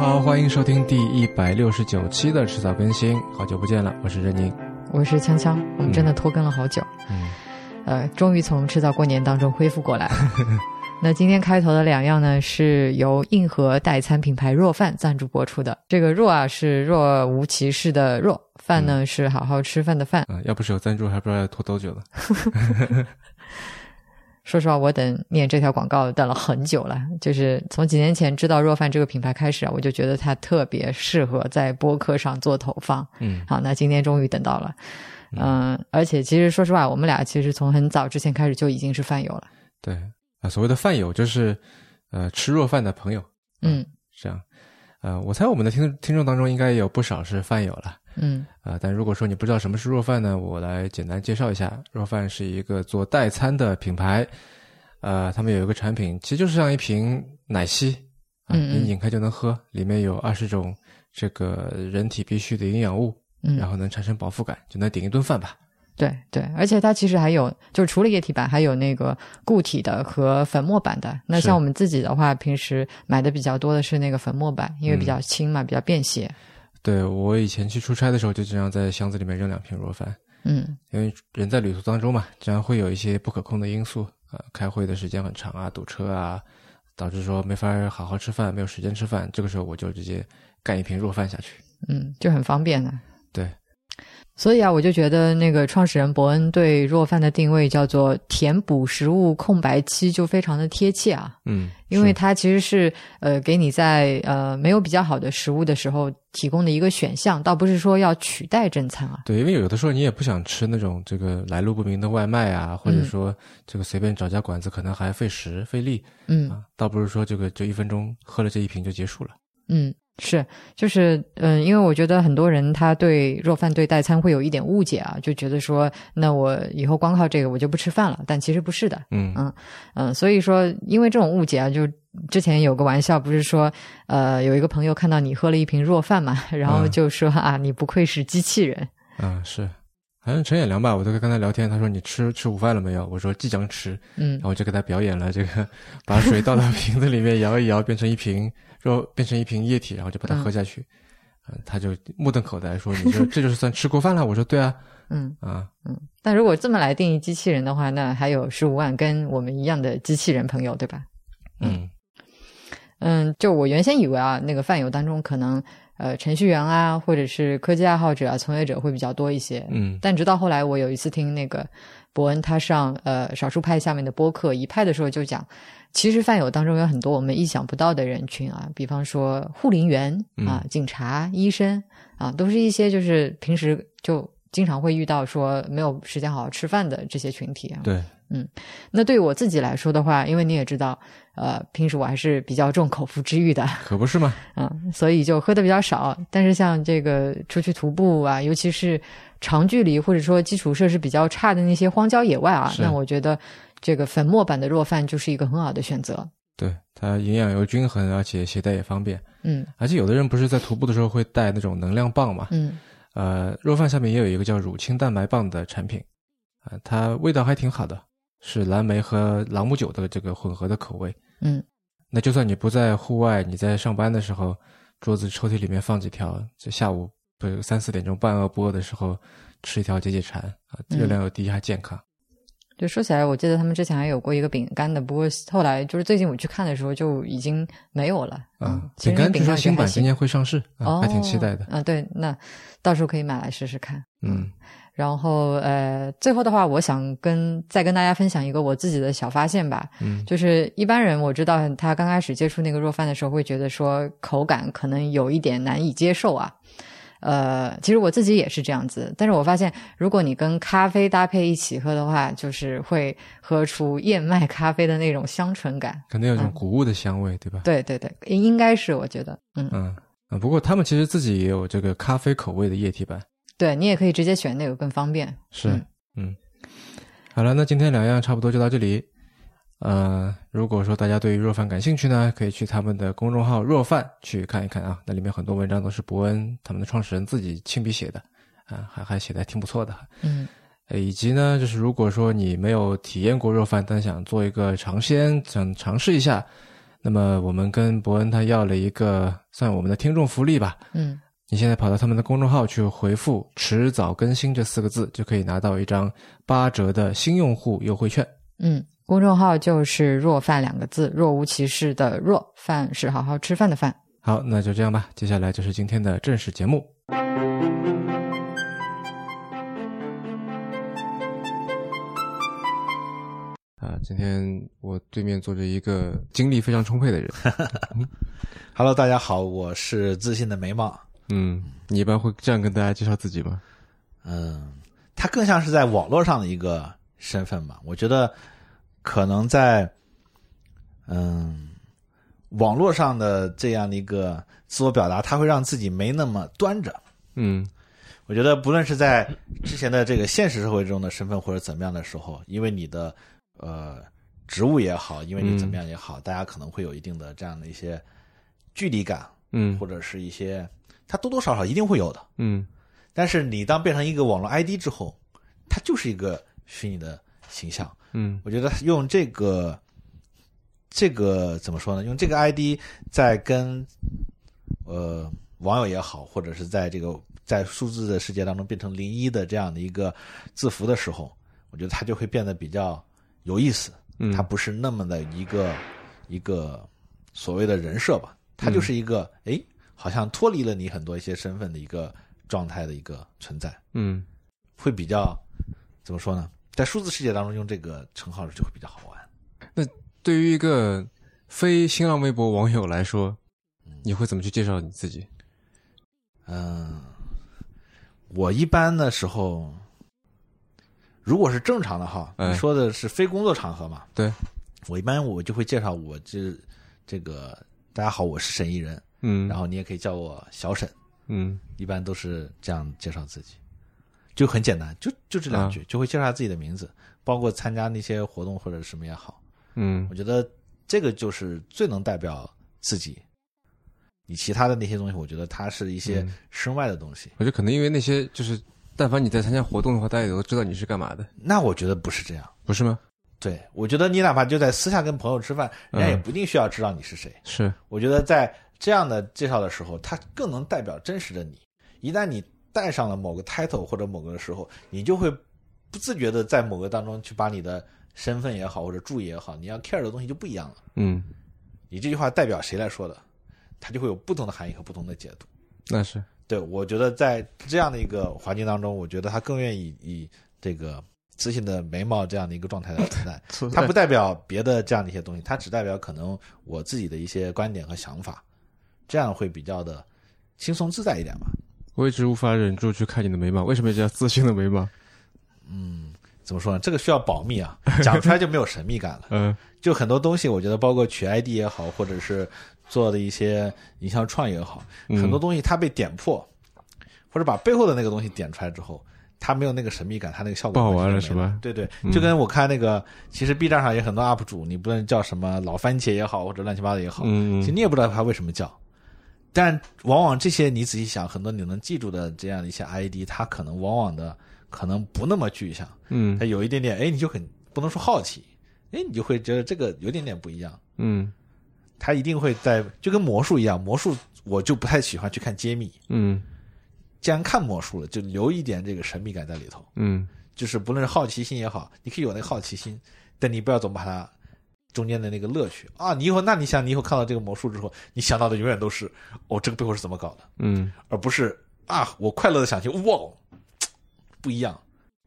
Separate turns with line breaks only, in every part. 好，欢迎收听第一百六十九期的迟早更新，好久不见了，我是任宁。
我是锵锵，我们真的拖更了好久，
嗯，
呃，终于从迟早过年当中恢复过来了。 那今天开头的两样呢，是由硬核代餐品牌若饭赞助播出的。这个若啊是若无其事的若，饭呢是好好吃饭的饭。
啊、要不是有赞助，还不知道要拖多久了。
说实话，我等念这条广告等了很久了，就是从几年前知道若饭这个品牌开始啊，我就觉得它特别适合在播客上做投放。
嗯
好，那今天终于等到了。嗯、而且其实说实话，我们俩其实从很早之前开始就已经是饭友了。
对啊，所谓的饭友就是呃吃弱饭的朋友，
嗯
是这样。呃，我猜我们的听听众当中应该也有不少是饭友了。
嗯
啊、但如果说你不知道什么是若饭呢，我来简单介绍一下。若饭是一个做代餐的品牌，呃，他们有一个产品，其实就是像一瓶奶昔，啊、
嗯嗯
你拧开就能喝，里面有二十种这个人体必需的营养物，
嗯，
然后能产生饱腹感，就能顶一顿饭吧。
对对，而且它其实还有，就是除了液体版，还有那个固体的和粉末版的。那
是
像我们自己的话，平时买的比较多的是那个粉末版，因为比
嗯
较轻嘛，比较便携。
对我以前去出差的时候，就经常在箱子里面扔两瓶若饭，
嗯
因为人在旅途当中嘛，经常会有一些不可控的因素啊、呃开会的时间很长啊，堵车啊，导致说没法好好吃饭，没有时间吃饭。这个时候我就直接干一瓶弱饭下去。
嗯，就很方便的、
对，
所以啊，我就觉得那个创始人伯恩对若饭的定位叫做填补食物空白期，就非常的贴切啊。
嗯，
因为
是
它其实是呃，给你在呃没有比较好的食物的时候提供的一个选项，倒不是说要取代正餐啊。
对，因为有的时候你也不想吃那种这个来路不明的外卖啊，或者
嗯
说这个随便找家馆子可能还费时费力
嗯
啊，倒不是说这个就一分钟喝了这一瓶就结束了。
嗯，是，就是嗯，因为我觉得很多人他对若饭对代餐会有一点误解啊，就觉得说那我以后光靠这个我就不吃饭了，但其实不是的。
嗯
嗯嗯，所以说，因为这种误解啊，就之前有个玩笑，不是说，呃，有一个朋友看到你喝了一瓶若饭嘛，然后
嗯
就说、啊，你不愧是机器人，
啊是。好像陈远良吧，我都跟他聊天，他说你吃吃午饭了没有？我说即将吃，
嗯
然，后我就给他表演了这个，把水倒到瓶子里面摇一摇，变成一瓶肉，变成一瓶液体，然后就把它喝下去。嗯，他就目瞪口呆说：“你说这就是算吃过饭了？”我说：“对啊，
嗯，
啊，
但如果这么来定义机器人的话，那还有十五万跟我们一样的机器人朋友，对吧？
嗯
嗯，就我原先以为啊，那个饭友当中可能呃程序员啊，或者是科技爱好者啊、从业者会比较多一些。
嗯
但直到后来，我有一次听那个伯恩他上呃少数派下面的播客一派的时候，就讲，其实饭友当中有很多我们意想不到的人群啊，比方说护林员
嗯
啊、警察、医生啊，都是一些就是平时就经常会遇到说没有时间好好吃饭的这些群体啊。
对，
那对于我自己来说的话，因为你也知道，呃，平时我还是比较重口腹之欲的，
可不是嘛。
嗯，所以就喝的比较少。但是像这个出去徒步啊，尤其是长距离或者说基础设施比较差的那些荒郊野外啊，
是
那我觉得这个粉末版的弱饭就是一个很好的选择。
对，它营养又均衡，而且携带也方便。
嗯
而且有的人不是在徒步的时候会带那种能量棒嘛？
嗯
呃，肉饭下面也有一个叫乳清蛋白棒的产品，啊、它味道还挺好的，是蓝莓和朗姆酒的这个混合的口味。
嗯，
那就算你不在户外，你在上班的时候，桌子抽屉里面放几条，这下午不是三四点钟半饿不饿的时候吃一条解解馋啊，
嗯
热量又低还健康。
就说起来，我记得他们之前还有过一个饼干的，不过后来就是最近我去看的时候就已经没有了。
啊，
嗯其
饼
实那
干
饼
据
干
说
也
新
还
版今
行。
年会上市，啊，
哦，
还挺期待的。
啊，对，那到时候可以买来试试看。
嗯
然后呃，最后的话，我想跟再跟大家分享一个我自己的小发现吧，
嗯
就是一般人我知道他刚开始接触那个肉饭的时候，会觉得说口感可能有一点难以接受啊。呃，其实我自己也是这样子，但是我发现，如果你跟咖啡搭配一起喝的话，就是会喝出燕麦咖啡的那种香醇感。
可能有一种谷物的香味，对吧？
嗯对对对，应该是我觉得，嗯，
嗯啊，不过他们其实自己也有这个咖啡口味的液体版。
对你也可以直接选那个更方便。
是
嗯，
嗯，好了，那今天两样差不多就到这里。呃，如果说大家对于若饭感兴趣呢，可以去他们的公众号“若饭”去看一看啊，那里面很多文章都是伯恩他们的创始人自己亲笔写的啊，还还写的还挺不错的。
嗯
呃以及呢，就是如果说你没有体验过若饭，但想做一个尝鲜，想尝试一下，那么我们跟伯恩他要了一个算我们的听众福利吧。
嗯，
你现在跑到他们的公众号去回复“迟早更新”这四个字，就可以拿到一张八折的新用户优惠券。
嗯，公众号就是“若饭”两个字，若无其事的若饭是好好吃饭的饭。
好，那就这样吧。接下来就是今天的正式节目。啊，今天我对面坐着一个精力非常充沛 的人。
Hello，大家好，我是自信的眉毛。
嗯，你一般会这样跟大家介绍自己吗？
嗯，他更像是在网络上的一个身份吧。我觉得可能在嗯网络上的这样的一个自我表达，他会让自己没那么端着。
嗯
我觉得不论是在之前的这个现实社会中的身份或者怎么样的时候，因为你的呃职务也好，因为你怎么样也好，大家可能会有一定的这样的一些距离感，
嗯
或者是一些他多多少少一定会有的。
嗯
但是你当变成一个网络 ID 之后，它就是一个虚拟的形象。
嗯
我觉得用这个这个怎么说呢？用这个 ID 在跟呃网友也好，或者是在这个在数字的世界当中变成零一的这样的一个字符的时候，我觉得它就会变得比较有意思。
嗯，
它不是那么的一个一个所谓的人设吧，它
嗯
就是一个哎、诶好像脱离了你很多一些身份的一个状态的一个存在，
嗯
会比较怎么说呢？在数字世界当中用这个称号就会比较好玩。
对于一个非新浪微博网友来说，你会怎么去介绍你自己？
嗯，我一般的时候，如果是正常的哈，
哎
你说的是非工作场合嘛？
对，
我一般我就会介绍我这这个大家好，我是沈一人，
嗯，
然后你也可以叫我小沈。
嗯
一般都是这样介绍自己，就很简单，就就这
嗯
两句，就会介绍下自己的名字，包括参加那些活动或者什么也好，
嗯
我觉得这个就是最能代表自己。你其他的那些东西，我觉得它是一些
嗯
身外的东西。
我觉得可能因为那些就是，但凡你在参加活动的话，大家也都知道你是干嘛的，
那我觉得不是这样，
不是吗？
对我觉得你哪怕就在私下跟朋友吃饭，人家也
嗯
不一定需要知道你是谁。
是，
我觉得在这样的介绍的时候，它更能代表真实的你。一旦你带上了某个 title 或者某个的时候，你就会不自觉的在某个当中去把你的身份也好，或者注意也好，你要 care 的东西就不一样了。
嗯，
你这句话代表谁来说的，它就会有不同的含义和不同的解读。
那是，
对我觉得在这样的一个环境当中，我觉得他更愿意以这个自信的眉毛这样的一个状态来存在。它不代表别的这样的一些东西，它只代表可能我自己的一些观点和想法，这样会比较的轻松自在一点吧。
我一直无法忍住去看你的眉毛，为什么叫自信的眉毛？
怎么说呢？这个需要保密啊，讲出来就没有神秘感了。
嗯
就很多东西，我觉得包括取 ID 也好，或者是做的一些营销创业也好，
嗯
很多东西它被点破，或者把背后的那个东西点出来之后，它没有那个神秘感，它那个效果
不好玩了
完全没
是吧
对对
嗯，
就跟我看那个，其实 B 站上也很多 UP 主，你不论叫什么老番茄也好，或者乱七八糟也好，
嗯
其实你也不知道他为什么叫。但往往这些你仔细想，很多你能记住的这样一些 ID，它可能往往的可能不那么具象，
嗯
它有一点点，哎，你就很不能说好奇，哎，你就会觉得这个有点点不一样。
嗯
它一定会在就跟魔术一样，魔术我就不太喜欢去看揭秘，
嗯
既然看魔术了，就留一点这个神秘感在里头，
嗯
就是不论是好奇心也好，你可以有那个好奇心，但你不要总把它。中间的那个乐趣啊，你以后那你想，你以后看到这个魔术之后，你想到的永远都是哦，这个背后是怎么搞的，
嗯
而不是啊，我快乐的想去，哇，嘖不一样，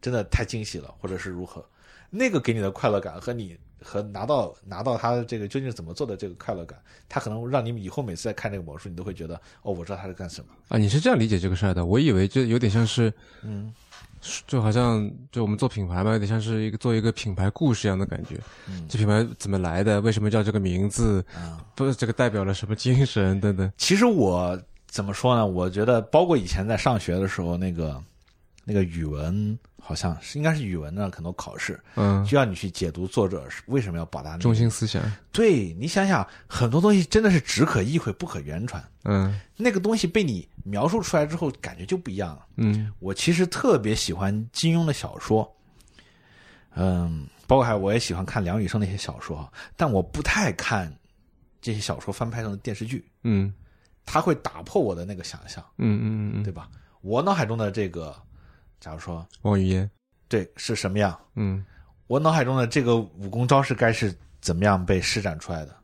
真的太惊喜了，或者是如何，那个给你的快乐感和你和拿到拿到他这个究竟是怎么做的这个快乐感，他可能让你以后每次在看这个魔术，你都会觉得哦，我知道他是干什么。
啊，你是这样理解这个事儿的？我以为这有点像是，
嗯，
就好像就我们做品牌嘛，有点像是一个做一个品牌故事一样的感觉。
嗯
这品牌怎么来的？为什么叫这个名字？
啊，
不是这个代表了什么精神等等。
其实我怎么说呢？我觉得包括以前在上学的时候，那个那个语文好像是应该是语文的很多考试，
嗯，
就要你去解读作者是为什么要表达那个
中心思想。
对你想想，很多东西真的是只可意会不可言传。
嗯
那个东西被你描述出来之后，感觉就不一样了。
嗯
我其实特别喜欢金庸的小说，嗯，包括还我也喜欢看梁羽生那些小说，但我不太看这些小说翻拍成电视剧，
嗯
它会打破我的那个想象，
嗯嗯嗯嗯，
对吧？我脑海中的这个，假如说
王语嫣，
对是什么样，
嗯
我脑海中的这个武功招式该是怎么样被施展出来的，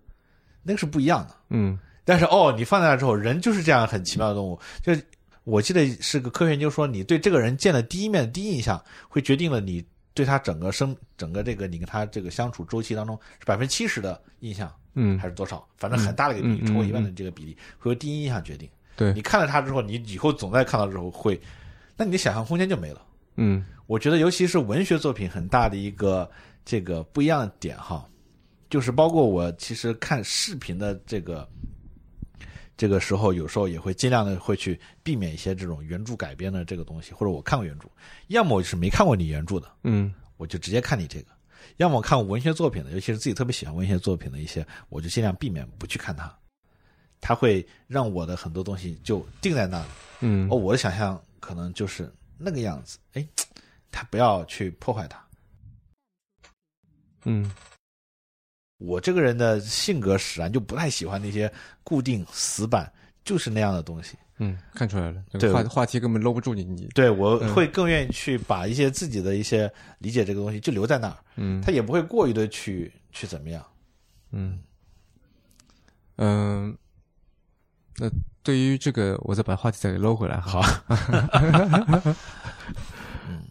那个是不一样的。
嗯
但是哦，你放在那之后，人就是这样很奇妙的动物。就是我记得是个科学研究说，你对这个人见的第一面、第一印象，会决定了你对他整个生、整个这个你跟他这个相处周期当中是百分之七十的印象，
嗯
还，是多少？反正很大的一个比
嗯嗯
例，超过一
嗯
半的这个比例，会由第一印象决定。
对
你看了他之后，你以后总在看到之后会，那你的想象空间就没了。
嗯
我觉得，尤其是文学作品，很大的一个这个不一样的点哈，就是包括我其实看视频的这个这个时候，有时候也会尽量的会去避免一些这种原著改编的这个东西，或者我看过原著，要么我就是没看过你原著的，
嗯
我就直接看你这个；要么我看文学作品的，尤其是自己特别喜欢文学作品的一些，我就尽量避免不去看它，它会让我的很多东西就定在那里。
嗯
哦，，我的想象可能就是那个样子。哎，他不要去破坏它。
嗯
我这个人的性格使然就不太喜欢那些固定死板，就是那样的东西。
嗯，看出来了，这
对
个话话题根本搂不住你，你
对我
嗯
会更愿意去把一些自己的一些理解这个东西就留在那儿，
嗯
他也不会过于的去去怎么样。
嗯嗯，那对于这个，我再把话题再给搂回来哈。
好，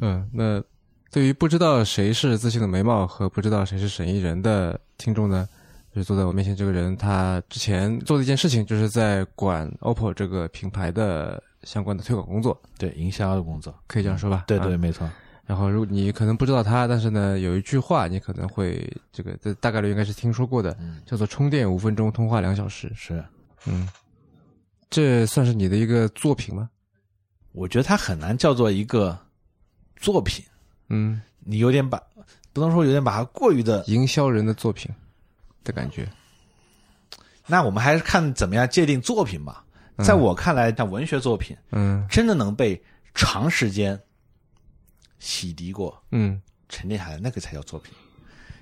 嗯，那对于不知道谁是自信的眉毛和不知道谁是沈艺人的听众呢，就是坐在我面前这个人，他之前做的一件事情，就是在管 OPPO 这个品牌的相关的推广工作，
对营销的工作，
可以这样说吧？
嗯对
啊
对，没错。
然后，如果你可能不知道它，但是呢，有一句话你可能会这个这大概率应该是听说过的，
嗯
叫做“充电五分钟，通话两小时
是，”。
嗯，这算是你的一个作品吗？
我觉得它很难叫做一个作品，
嗯，
你有点把不能说有点把它过于的
营销人的作品的感觉。
那我们还是看怎么样界定作品吧。在我看来，像文学作品，
嗯
真的能被长时间洗涤过、
嗯
沉淀下来，那个才叫作品。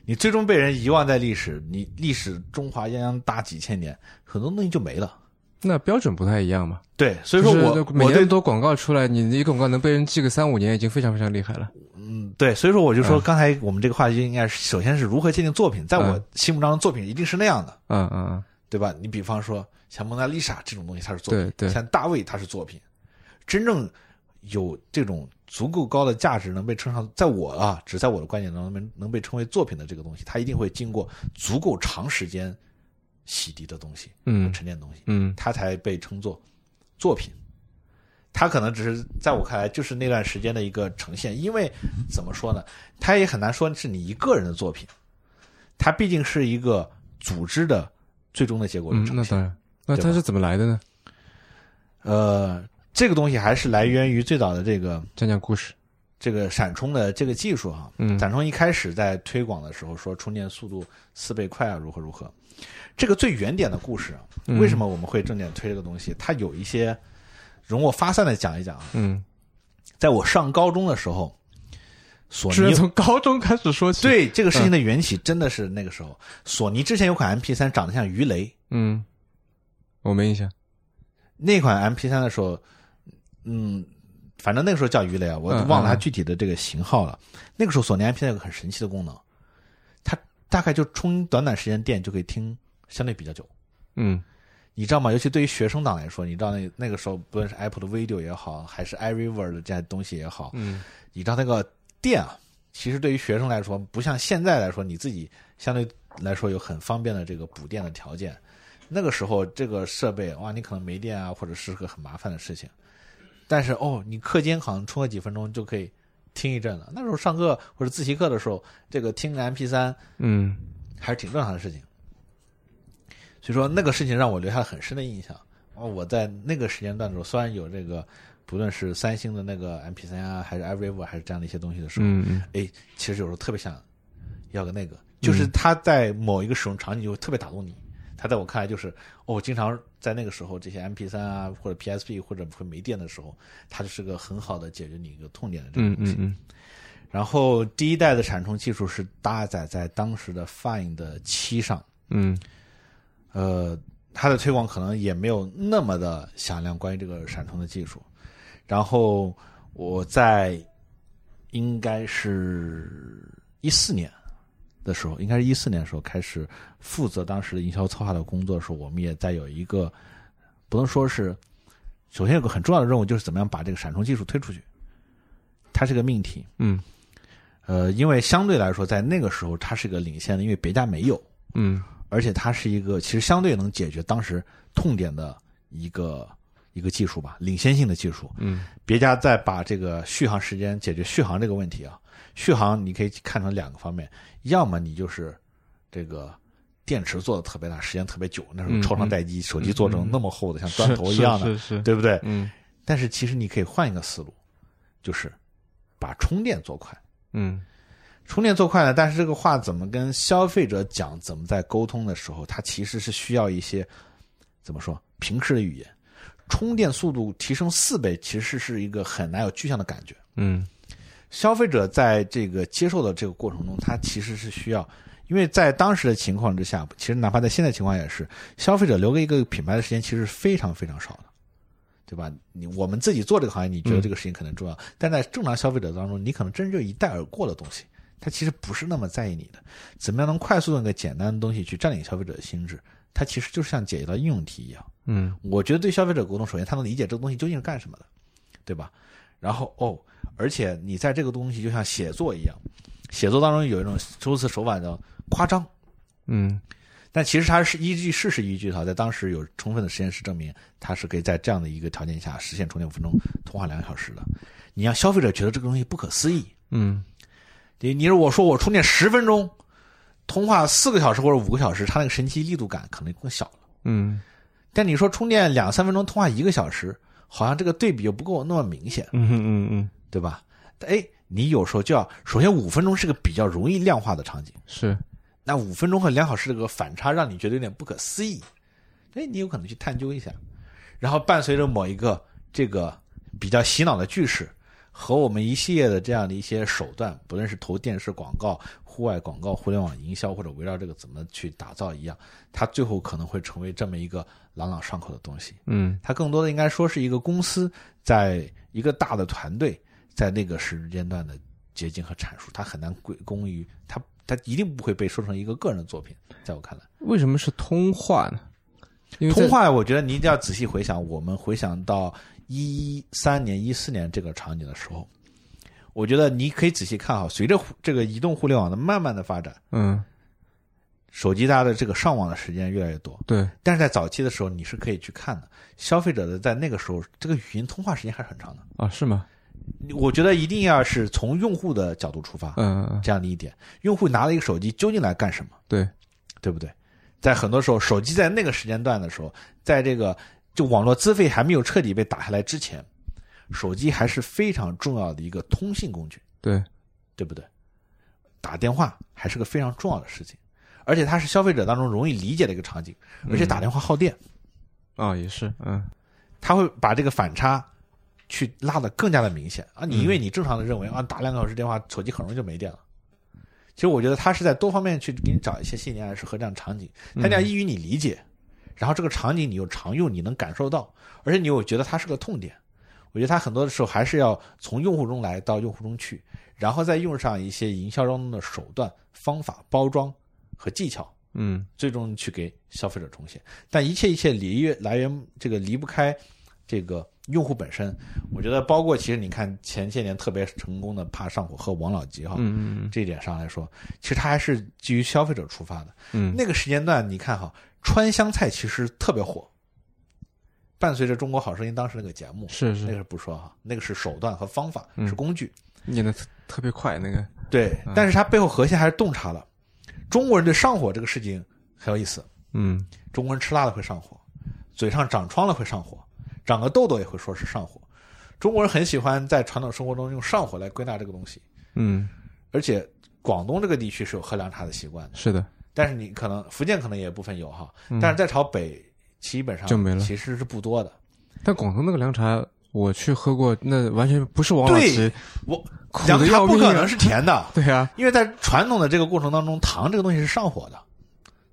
你最终被人遗忘在历史，你历史中华泱泱大几千年，很多东西就没了。
那标准不太一样嘛。
对，所以说
就是
我
每
我
年
对
多广告出来，你一个广告能被人记个三五年，已经非常非常厉害了。
嗯对，所以说我就说刚才我们这个话题应该是首先是如何界定作品，在我
嗯
心目当中，作品一定是那样的，
嗯嗯嗯，
对吧？你比方说像蒙娜丽莎这种东西，它嗯是作品
对；对，
像大卫他是作品，真正有这种足够高的价值，能被称上，在我啊，只在我的观点当中能能被称为作品的这个东西，它一定会经过足够长时间洗涤的东西和
嗯
沉淀的东西，
嗯
它才被称作作品。它可能只是在我看来，就是那段时间的一个呈现，因为怎么说呢，它也很难说是你一个人的作品，它毕竟是一个组织的最终的结果的
嗯，
呈
那
现。
当然。那
对
它
吧
是怎么来的呢？
呃，这个东西还是来源于最早的这个
讲讲故事。
这个闪充的这个技术哈。
嗯
闪充一开始在推广的时候说充电速度四倍快啊，如何如何。这个最原点的故事啊，
嗯
为什么我们会重点推这个东西？它有一些容我发散的讲一讲啊。
嗯，
在我上高中的时候，索
居然
尼
从高中开始说起。，
对这个
嗯
事情的缘起真的是那个时候，索尼之前有款 MP 三长得像鱼雷，
嗯，我没印象。
那款 MP 三的时候，嗯，反正那个时候叫鱼雷啊，我
嗯
忘了它
嗯嗯
具体的这个型号了。那个时候索尼 MP 三有个很神奇的功能，它大概就充短短时间电就可以听相对比较久，
嗯
你知道吗？尤其对于学生党来说，你知道那那个时候不论是 Apple 的 Video 也好，还是 iRiver 的这些东西也好，
嗯
你知道那个电啊，其实对于学生来说，不像现在来说，你自己相对来说有很方便的这个补电的条件。那个时候，这个设备哇，你可能没电啊，或者是个很麻烦的事情。但是哦，你课间好像充个几分钟就可以听一阵了。那时候上课或者自习课的时候，这个听个 MP 三
嗯
还是挺正常的事情。所以说，那个事情让我留下了很深的印象。哦，我在那个时间段的时候，虽然有这个，不论是三星的那个 MP 三啊，还是 iRiver，还是这样的一些东西的时候，
嗯
哎，其实有时候特别想要个那个，就是它在某一个使用场景就特别打动你。它在我看来就是，哦，经常在那个时候，这些 MP 三啊，或者 PSP 或者会没电的时候，它就是个很好的解决你一个痛点的这个
嗯
东西。
嗯嗯
然后第一代的闪充技术是搭载在当时的 Find 七上，
嗯
呃，它的推广可能也没有那么的响亮，关于这个闪存的技术。然后我在应该是一四年的时候，应该是一四年的时候开始负责当时的营销策划的工作的时候，我们也在有一个不能说是，首先有个很重要的任务就是怎么样把这个闪充技术推出去，它是个命题。
嗯
呃，因为相对来说，在那个时候它是个领先的，因为别家没有，
嗯
而且它是一个其实相对能解决当时痛点的一个一个技术吧，领先性的技术。
嗯
别家再把这个续航时间解决续航这个问题啊，续航你可以看成两个方面，要么你就是这个电池做的特别大，时间特别久，那时候
嗯
超长待机，手机做成那么厚的、像砖头一样的，
是是是，
对不对？
嗯
但是其实你可以换一个思路，就是把充电做快。
嗯
充电做快呢，但是这个话怎么跟消费者讲，怎么在沟通的时候，它其实是需要一些怎么说平时的语言。充电速度提升四倍，其实是一个很难有具象的感觉。
嗯
消费者在这个接受的这个过程中，他其实是需要，因为在当时的情况之下，其实哪怕在现在情况也是，消费者留给一个品牌的时间其实是非常非常少的，对吧？你我们自己做这个行业，你觉得这个事情可能重要，但在正常消费者当中，你可能真就一带而过的东西，他其实不是那么在意你的。怎么样能快速用一个简单的东西去占领消费者的心智？它其实就是像解决到应用题一样。
嗯
我觉得对消费者沟通，首先他能理解这个东西究竟是干什么的，对吧？然后哦，而且你在这个东西就像写作一样，写作当中有一种修辞手法叫夸张，
嗯
但其实它是依据事实依据的话，在当时有充分的实验室证明，它是可以在这样的一个条件下实现充电五分钟、通话两个小时的。你让消费者觉得这个东西不可思议，
嗯
你你如果说我充电十分钟，通话四个小时或者五个小时，它那个神奇力度感可能更小了。
嗯
但你说充电两三分钟，通话一个小时，好像这个对比又不够那么明显，
嗯嗯，
对吧？哎，你有时候就要，首先五分钟是个比较容易量化的场景，
是
那五分钟和两小时这个反差让你觉得有点不可思议，哎，你有可能去探究一下，然后伴随着某一个这个比较洗脑的句式。和我们一系列的这样的一些手段，不论是投电视广告、户外广告、互联网营销，或者围绕这个怎么去打造一样，它最后可能会成为这么一个朗朗上口的东西。
嗯
它更多的应该说是一个公司在一个大的团队在那个时间段的结晶和阐述，它很难归功于它，它一定不会被说成一个个人的作品。在我看来，
为什么是通话呢？因为在
通话我觉得你一定要仔细回想，我们回想到一三年、一四年这个场景的时候，我觉得你可以仔细看好，随着互这个移动互联网的慢慢的发展，
嗯
手机大家的这个上网的时间越来越多，
对
但是在早期的时候，你是可以去看的，消费者的在那个时候，这个语音通话时间还是很长的。
啊是吗？
我觉得一定要是从用户的角度出发，
嗯嗯
这样的一点，用户拿了一个手机究竟来干什么，
对
对不对？在很多时候，手机在那个时间段的时候，在这个就网络资费还没有彻底被打下来之前，手机还是非常重要的一个通信工具，
对
对不对？打电话还是个非常重要的事情，而且它是消费者当中容易理解的一个场景，而且打电话耗电，
啊也是嗯
他会把这个反差去拉得更加的明显啊！你因为你正常的认为啊，打两个小时电话，手机很容易就没电了。其实我觉得他是在多方面去给你找一些吸引人的适合这样的场景，他这样易于你理解，然后这个场景你又常用，你能感受到，而且你又觉得它是个痛点。我觉得它很多的时候还是要从用户中来到用户中去，然后再用上一些营销中的手段、方法、包装和技巧，
嗯
最终去给消费者重现。但一切一切离越来源这个离不开这个用户本身。我觉得包括其实你看前些年特别成功的怕上火和王老吉哈。
嗯嗯
这一点上来说，其实它还是基于消费者出发的。
嗯
那个时间段，你看哈，川湘菜其实特别火，伴随着《中国好声音》当时那个节目，
嗯是
那
是
个不说哈，那个是手段和方法，
嗯
是工具。
念的特别快那个
对，但是它背后核心还是洞察了中国人对上火这个事情很有意思。
嗯
中国人吃辣的会上火，嘴上长疮了会上火，长个痘痘也会说是上火。中国人很喜欢在传统生活中用上火来归纳这个东西，
嗯
而且广东这个地区是有喝凉茶的习惯的，
是的
但是你可能福建可能也有部分有哈，但是再朝北基本上
嗯就没了
其实是不多的。
但广东那个凉茶我去喝过，那完全不是王老
对
吉，
我
苦
凉
的
茶
要
不
命
可
啊，
能是甜的，
对啊，
因为在传统的这个过程当中，糖这个东西是上火的，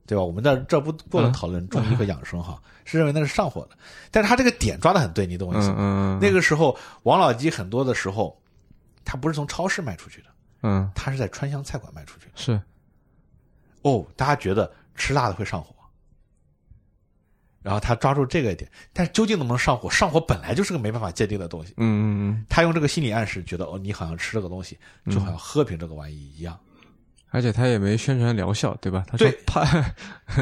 对吧？我们在这不过了
嗯
讨论中医和养生哈，是认为那是上火的，但是他这个点抓的很对，你懂我意思
嗯嗯，
吗？那个时候王老吉很多的时候，他不是从超市卖出去的，
嗯
他是在川湘菜馆卖出去的。
是
哦，大家觉得吃辣的会上火，然后他抓住这个一点，但是究竟能不能上火？上火本来就是个没办法界定的东西。
嗯嗯嗯，
他用这个心理暗示，觉得哦，你好像吃这个东西，就好像喝瓶这个玩意一样。
而且他也没宣传疗效，对吧？他说
对
怕，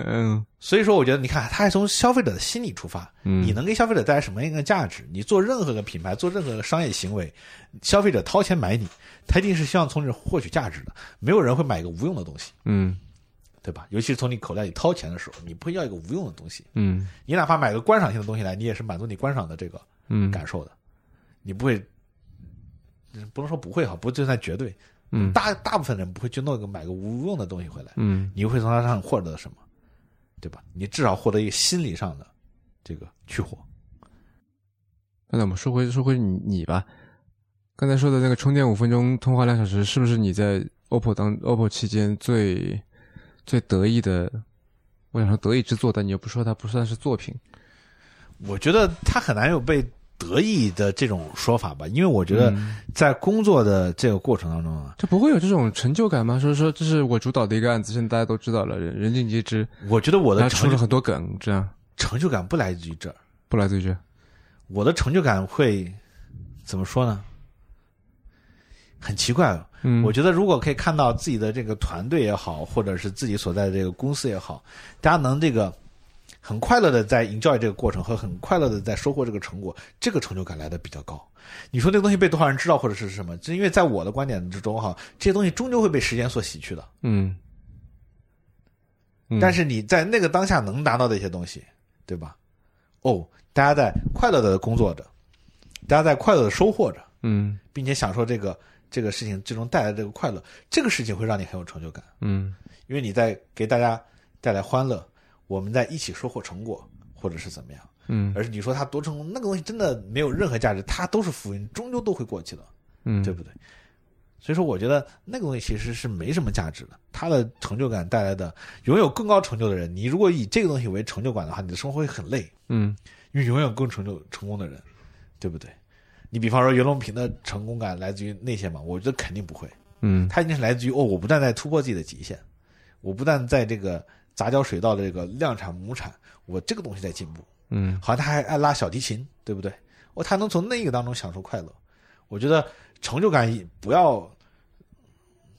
嗯
所以说，我觉得你看，他还从消费者的心理出发，
嗯，
你能给消费者带来什么样的价值？你做任何个品牌，做任何个商业行为，消费者掏钱买你，他一定是希望从这获取价值的。没有人会买一个无用的东西，
嗯
对吧？尤其是从你口袋里掏钱的时候，你不会要一个无用的东西。
嗯
你哪怕买个观赏性的东西来，你也是满足你观赏的这个
嗯，
感受的，你不会，嗯不能说不会哈，不就算绝对，
嗯
大大部分人不会去弄一个买个无用的东西回来，
嗯
你会从它上获得什么，对吧？你至少获得一个心理上的这个去火。
那我们说回说回你你吧，刚才说的那个充电五分钟，通话两小时，是不是你在 OPPO 当 OPPO 期间最最得意的？我想说得意之作，但你又不说它不算是作品。
我觉得他很难有被得意的这种说法吧，因为我觉得
嗯
在工作的这个过程当中啊，
这不会有这种成就感吗？说说这是我主导的一个案子，现在大家都知道了，人人尽皆知，
我觉得我
然
的
后出
成
了
就
很多梗，这样
成就感不来自于这儿，
不来自于这。
我的成就感会怎么说呢？很奇怪，啊
嗯，
我觉得如果可以看到自己的这个团队也好，或者是自己所在的这个公司也好，大家能这个很快乐的在 enjoy 这个过程和很快乐的在收获这个成果，这个成就感来的比较高。你说这个东西被多少人知道或者是什么？就因为在我的观点之中哈，这些东西终究会被时间所洗去的。
嗯，嗯
但是你在那个当下能拿到的一些东西，对吧？哦，大家在快乐的工作着，大家在快乐的收获着，
嗯
并且享受这个这个事情最终带来的这个快乐，这个事情会让你很有成就感。
嗯
因为你在给大家带来欢乐，我们在一起收获成果，或者是怎么样。
嗯
而是你说它多成功，那个东西真的没有任何价值，它都是浮云，终究都会过去的，
嗯，
对不对？所以说，我觉得那个东西其实是没什么价值的。它的成就感带来的，拥有更高成就的人，你如果以这个东西为成就感的话，你的生活会很累，
嗯
因为永远有更成就成功的人，对不对？你比方说袁隆平的成功感来自于那些嘛，我觉得肯定不会。
嗯
它一定是来自于哦，我不断在突破自己的极限，我不断在这个杂交水稻的这个量产亩产，我这个东西在进步。
嗯
好像他还爱拉小提琴，对不对？哦，他能从那个当中享受快乐，我觉得成就感不要，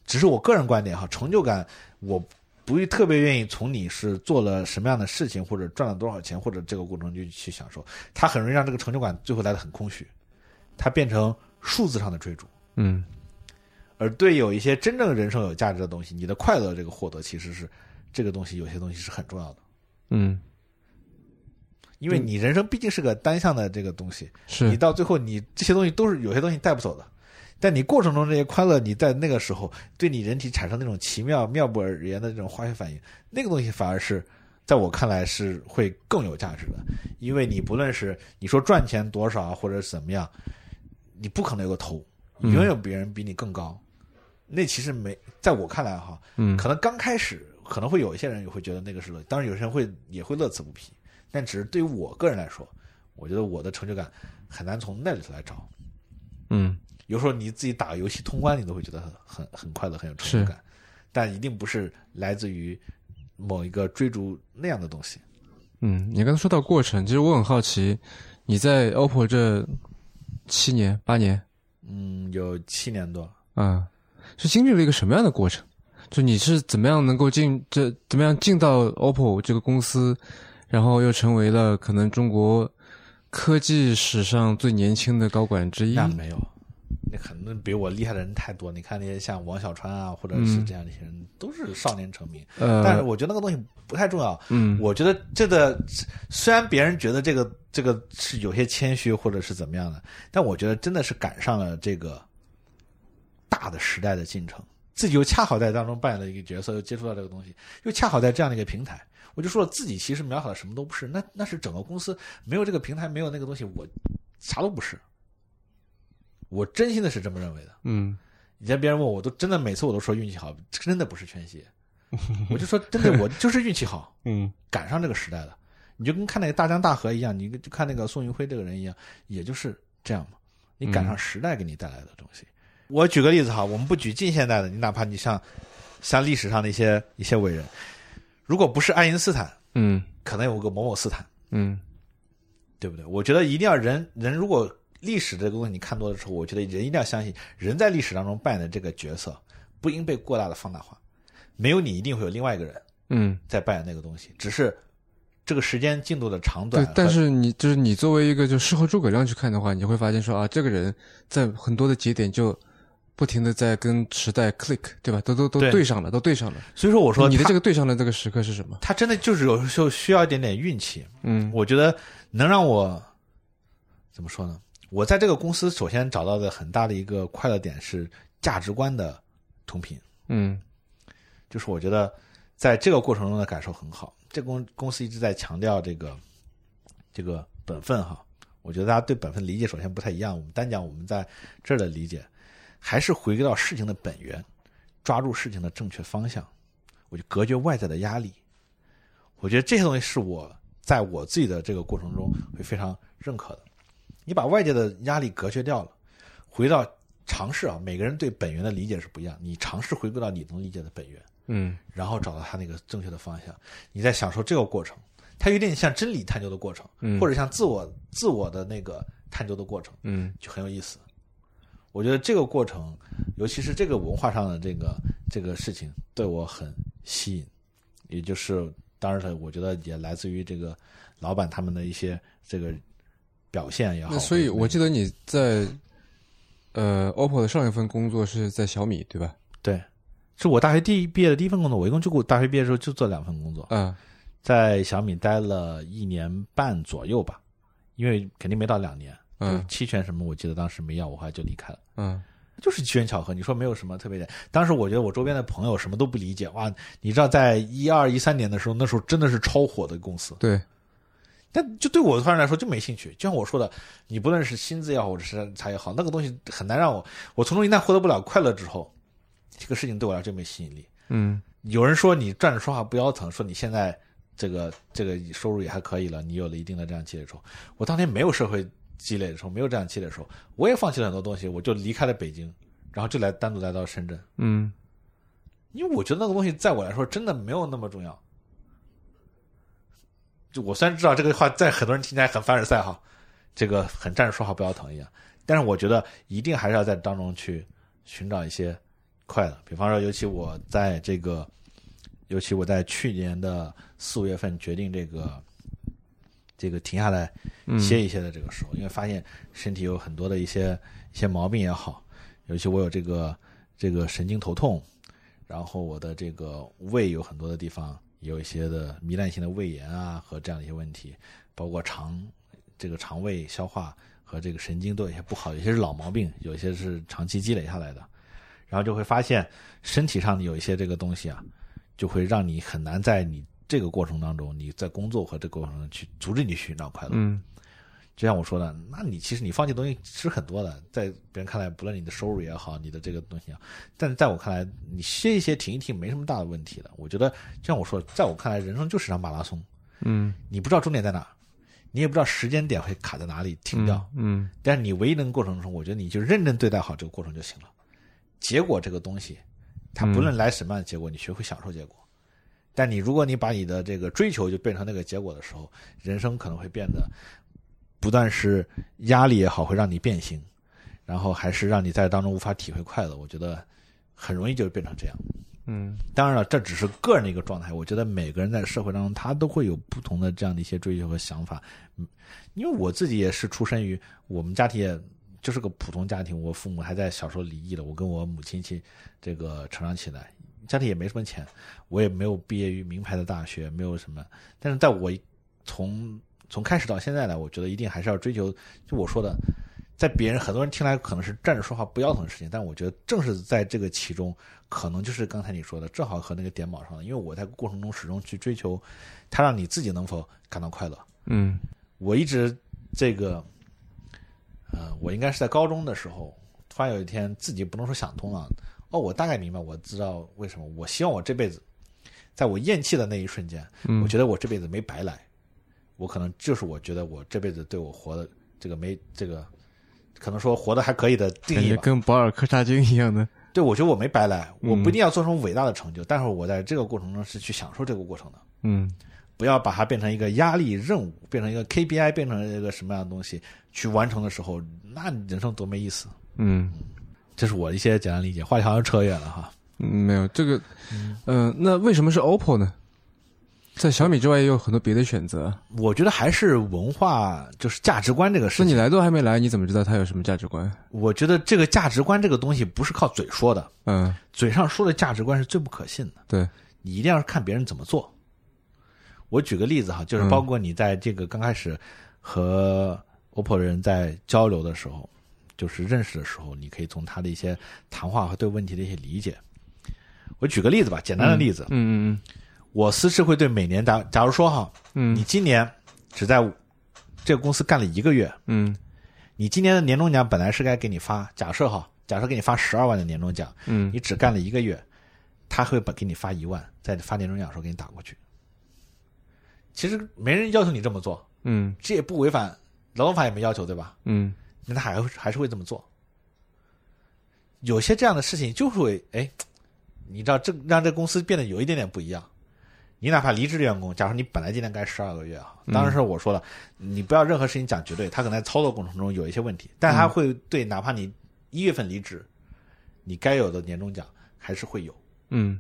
只是我个人观点哈，成就感我不会特别愿意从你是做了什么样的事情，或者赚了多少钱，或者这个过程就去享受，它很容易让这个成就感最后来的很空虚，它变成数字上的追逐。
嗯
而对有一些真正人生有价值的东西，你的快乐这个获得其实是这个东西，有些东西是很重要的，
嗯，
因为你人生毕竟是个单向的这个东西，你
是
到最后你这些东西都是有些东西带不走的，但你过程中这些快乐，你在那个时候对你人体产生那种奇妙妙不而言的这种化学反应，那个东西反而是在我看来是会更有价值的，因为你不论是你说赚钱多少啊或者是怎么样，你不可能有个头，
嗯
永远有别人比你更高，那其实没在我看来哈，
嗯
可能刚开始可能会有一些人也会觉得那个是乐，当然有些人会也会乐此不疲，但只是对于我个人来说，我觉得我的成就感很难从那里头来找。
嗯
有时候你自己打个游戏通关，你都会觉得很很很快乐，很有成就感，但一定不是来自于某一个追逐那样的东西。
嗯，你刚才说到过程，其实我很好奇，你在 OPPO 这七年八年
嗯，有七年多，
啊、是经历了一个什么样的过程？就你是怎么样能够进这怎么样进到 OPPO 这个公司，然后又成为了可能中国科技史上最年轻的高管之一？
那没有，那可能比我厉害的人太多。你看那些像王小川啊，或者是这样的一些人，都是少年成名。但
嗯
是
呃，
我觉得那个东西不太重要，
嗯
我觉得这个虽然别人觉得这个这个是有些谦虚或者是怎么样的，但我觉得真的是赶上了这个大的时代的进程，自己又恰好在当中扮演了一个角色，又接触到这个东西，又恰好在这样的一个平台，我就说自己其实渺小的什么都不是，那那是整个公司没有这个平台，没有那个东西，我啥都不是。我真心的是这么认为的。
嗯
以前别人问我，我都真的每次我都说运气好，真的不是全息。我就说真的，我就是运气好，
嗯
赶上这个时代了。你就跟看那个大江大河一样，你就看那个宋云辉这个人一样，也就是这样嘛。你赶上时代给你带来的东西。我举个例子哈，我们不举近现代的，你哪怕你像像历史上的一些一些伟人，如果不是爱因斯坦，
嗯
可能有个某某斯坦，
嗯
对不对？我觉得一定要人人如果历史这个东西你看多的时候，我觉得人一定要相信，人在历史当中扮演的这个角色不应被过大的放大化，没有你一定会有另外一个人
嗯，
在扮演那个东西，只是这个时间进度的长短
对
和。。
但是你就是你作为一个就事后诸葛亮去看的话，你会发现说啊，这个人在很多的节点就不停的在跟时代 click，对吧？都都都
对
对上了，都对上了。
所以说我说
你的
他
这个对上的这个时刻是什么？
他真的就是有时候需要一点点运气。
嗯
我觉得能让我怎么说呢？我在这个公司首先找到的很大的一个快乐点是价值观的同频，
嗯
就是我觉得在这个过程中的感受很好。这公公司一直在强调这个这个本分哈，我觉得大家对本分理解首先不太一样。我们单讲我们在这儿的理解，还是回归到事情的本源，抓住事情的正确方向，我就隔绝外在的压力。我觉得这些东西是我在我自己的这个过程中会非常认可的。你把外界的压力隔绝掉了，回到尝试啊，每个人对本源的理解是不一样。你尝试回归到你能理解的本源。
嗯
然后找到它那个正确的方向，你在享受这个过程，它有点像真理探究的过程，
嗯
或者像自我自我的那个探究的过程，
嗯
就很有意思。我觉得这个过程，尤其是这个文化上的这个这个事情，对我很吸引，也就是当然了，我觉得也来自于这个老板他们的一些这个表现也好。
那所以，我
或者
记得你在呃 OPPO 的上一份工作是在小米，对吧？
对，是我大学第一毕业的第一份工作，我一共就我大学毕业的时候就做两份工作，
啊，
在小米待了一年半左右吧，因为肯定没到两年，就是
嗯
期权什么，我记得当时没要，我后来就离开了。
嗯
就是机缘巧合，你说没有什么特别的。当时我觉得我周边的朋友什么都不理解，哇！你知道，在一二一三年的时候，那时候真的是超火的公司，
对，
但就对我突然来说就没兴趣。就像我说的，你不论是薪资也好，或者是啥也好，那个东西很难让我，我从中一旦获得不了快乐之后，这个事情对我来说就没吸引力。
嗯
有人说你站着说话不腰疼，说你现在这个这个收入也还可以了，你有了一定的这样积累之后，我当年没有社会积累的时候，没有这样积累的时候，我也放弃了很多东西，我就离开了北京，然后就来单独来到深圳，
嗯
因为我觉得那个东西在我来说真的没有那么重要。就我虽然知道这个话在很多人听起来很凡尔赛哈，这个很站着说话不腰疼一样，但是我觉得一定还是要在当中去寻找一些快乐。比方说，尤其我在这个，尤其我在去年的四五月份决定这个这个停下来
嗯
歇一歇的这个时候，因为发现身体有很多的一些一些毛病也好，尤其我有这个这个神经头痛，然后我的这个胃有很多的地方也有一些的糜烂性的胃炎啊和这样的一些问题，包括肠这个肠胃消化和这个神经都有一些不好，有些是老毛病，有些是长期积累下来的，然后就会发现身体上有一些这个东西啊，就会让你很难在你这个过程当中，你在工作和这个过程中去阻止你去寻找快乐。
嗯
就像我说的，那你其实你放弃的东西是很多的，在别人看来，不论你的收入也好，你的这个东西也好，但是在我看来，你歇一歇、停一停，没什么大的问题的。我觉得，就像我说，在我看来，人生就是场马拉松，
嗯，
你不知道终点在哪，你也不知道时间点会卡在哪里
嗯
停掉，
嗯
但是你唯一能过程中，我觉得你就认真对待好这个过程就行了。结果这个东西，它不论来什么样的结果，你学会享受结果。但你如果你把你的这个追求就变成那个结果的时候，人生可能会变得不但是压力也好，会让你变形，然后还是让你在当中无法体会快乐。我觉得很容易就变成这样。
嗯
当然了，这只是个人的一个状态。我觉得每个人在社会当中，他都会有不同的这样的一些追求和想法。嗯，因为我自己也是出身于我们家庭，也就是个普通家庭，我父母还在小时候离异了，我跟我母亲去这个成长起来，家里也没什么钱，我也没有毕业于名牌的大学，没有什么。但是在我从从开始到现在来，我觉得一定还是要追求，就我说的。在别人很多人听来可能是站着说话不腰疼的事情，但我觉得正是在这个其中，可能就是刚才你说的，正好和那个点卯上了。因为我在过程中始终去追求，它让你自己能否感到快乐。
嗯
我一直这个，呃，我应该是在高中的时候，突然有一天自己不能说想通了，哦，我大概明白，我知道为什么，我希望我这辈子在我咽气的那一瞬间，
嗯
我觉得我这辈子没白来，我可能就是我觉得我这辈子对我活的这个没这个，可能说活的还可以的定
感
义
觉
吧。
跟保尔柯察金一样的，
对，我觉得我没白来，我
嗯
不一定要做成伟大的成就，但是我在这个过程中是去享受这个过程的。
嗯
不要把它变成一个压力任务，变成一个 KPI，变成一个什么样的东西去完成的时候，那你人生多没意思。
嗯
这是我一些简单理解，话题好像扯远了哈。
嗯，没有这个，嗯、那为什么是 OPPO 呢？在小米之外也有很多别的选择，啊
我觉得还是文化，就是价值观这个事
那你
情。
来都还没来，你怎么知道它有什么价值观？
我觉得这个价值观这个东西不是靠嘴说的，
嗯，
嘴上说的价值观是最不可信的。
对，
你一定要是看别人怎么做。我举个例子哈，
嗯
就是包括你在这个刚开始和 OPPO 的人在交流的时候，就是认识的时候，你可以从他的一些谈话和对问题的一些理解。我举个例子吧，简单的例子，
嗯嗯
我私事会对每年假假如说哈，你
嗯
今年只在这个公司干了一个月，
嗯
你今年的年终奖本来是该给你发，假设哈，假设给你发十二万的年终奖，
嗯
你只干了一个月，他会把给你发一万，在发年终奖的时候给你打过去。其实没人要求你这么做，
嗯
这也不违反劳动法也没要求，对吧？
嗯
那他还会还是会这么做。有些这样的事情就是会，哎，你知道这让这公司变得有一点点不一样。你哪怕离职的员工，假如你本来今年该十二个月啊，当
嗯
然是我说了，你不要任何事情讲绝对，他可能在操作过程中有一些问题，但他
嗯
会对哪怕你一月份离职，你该有的年终奖还是会有。
嗯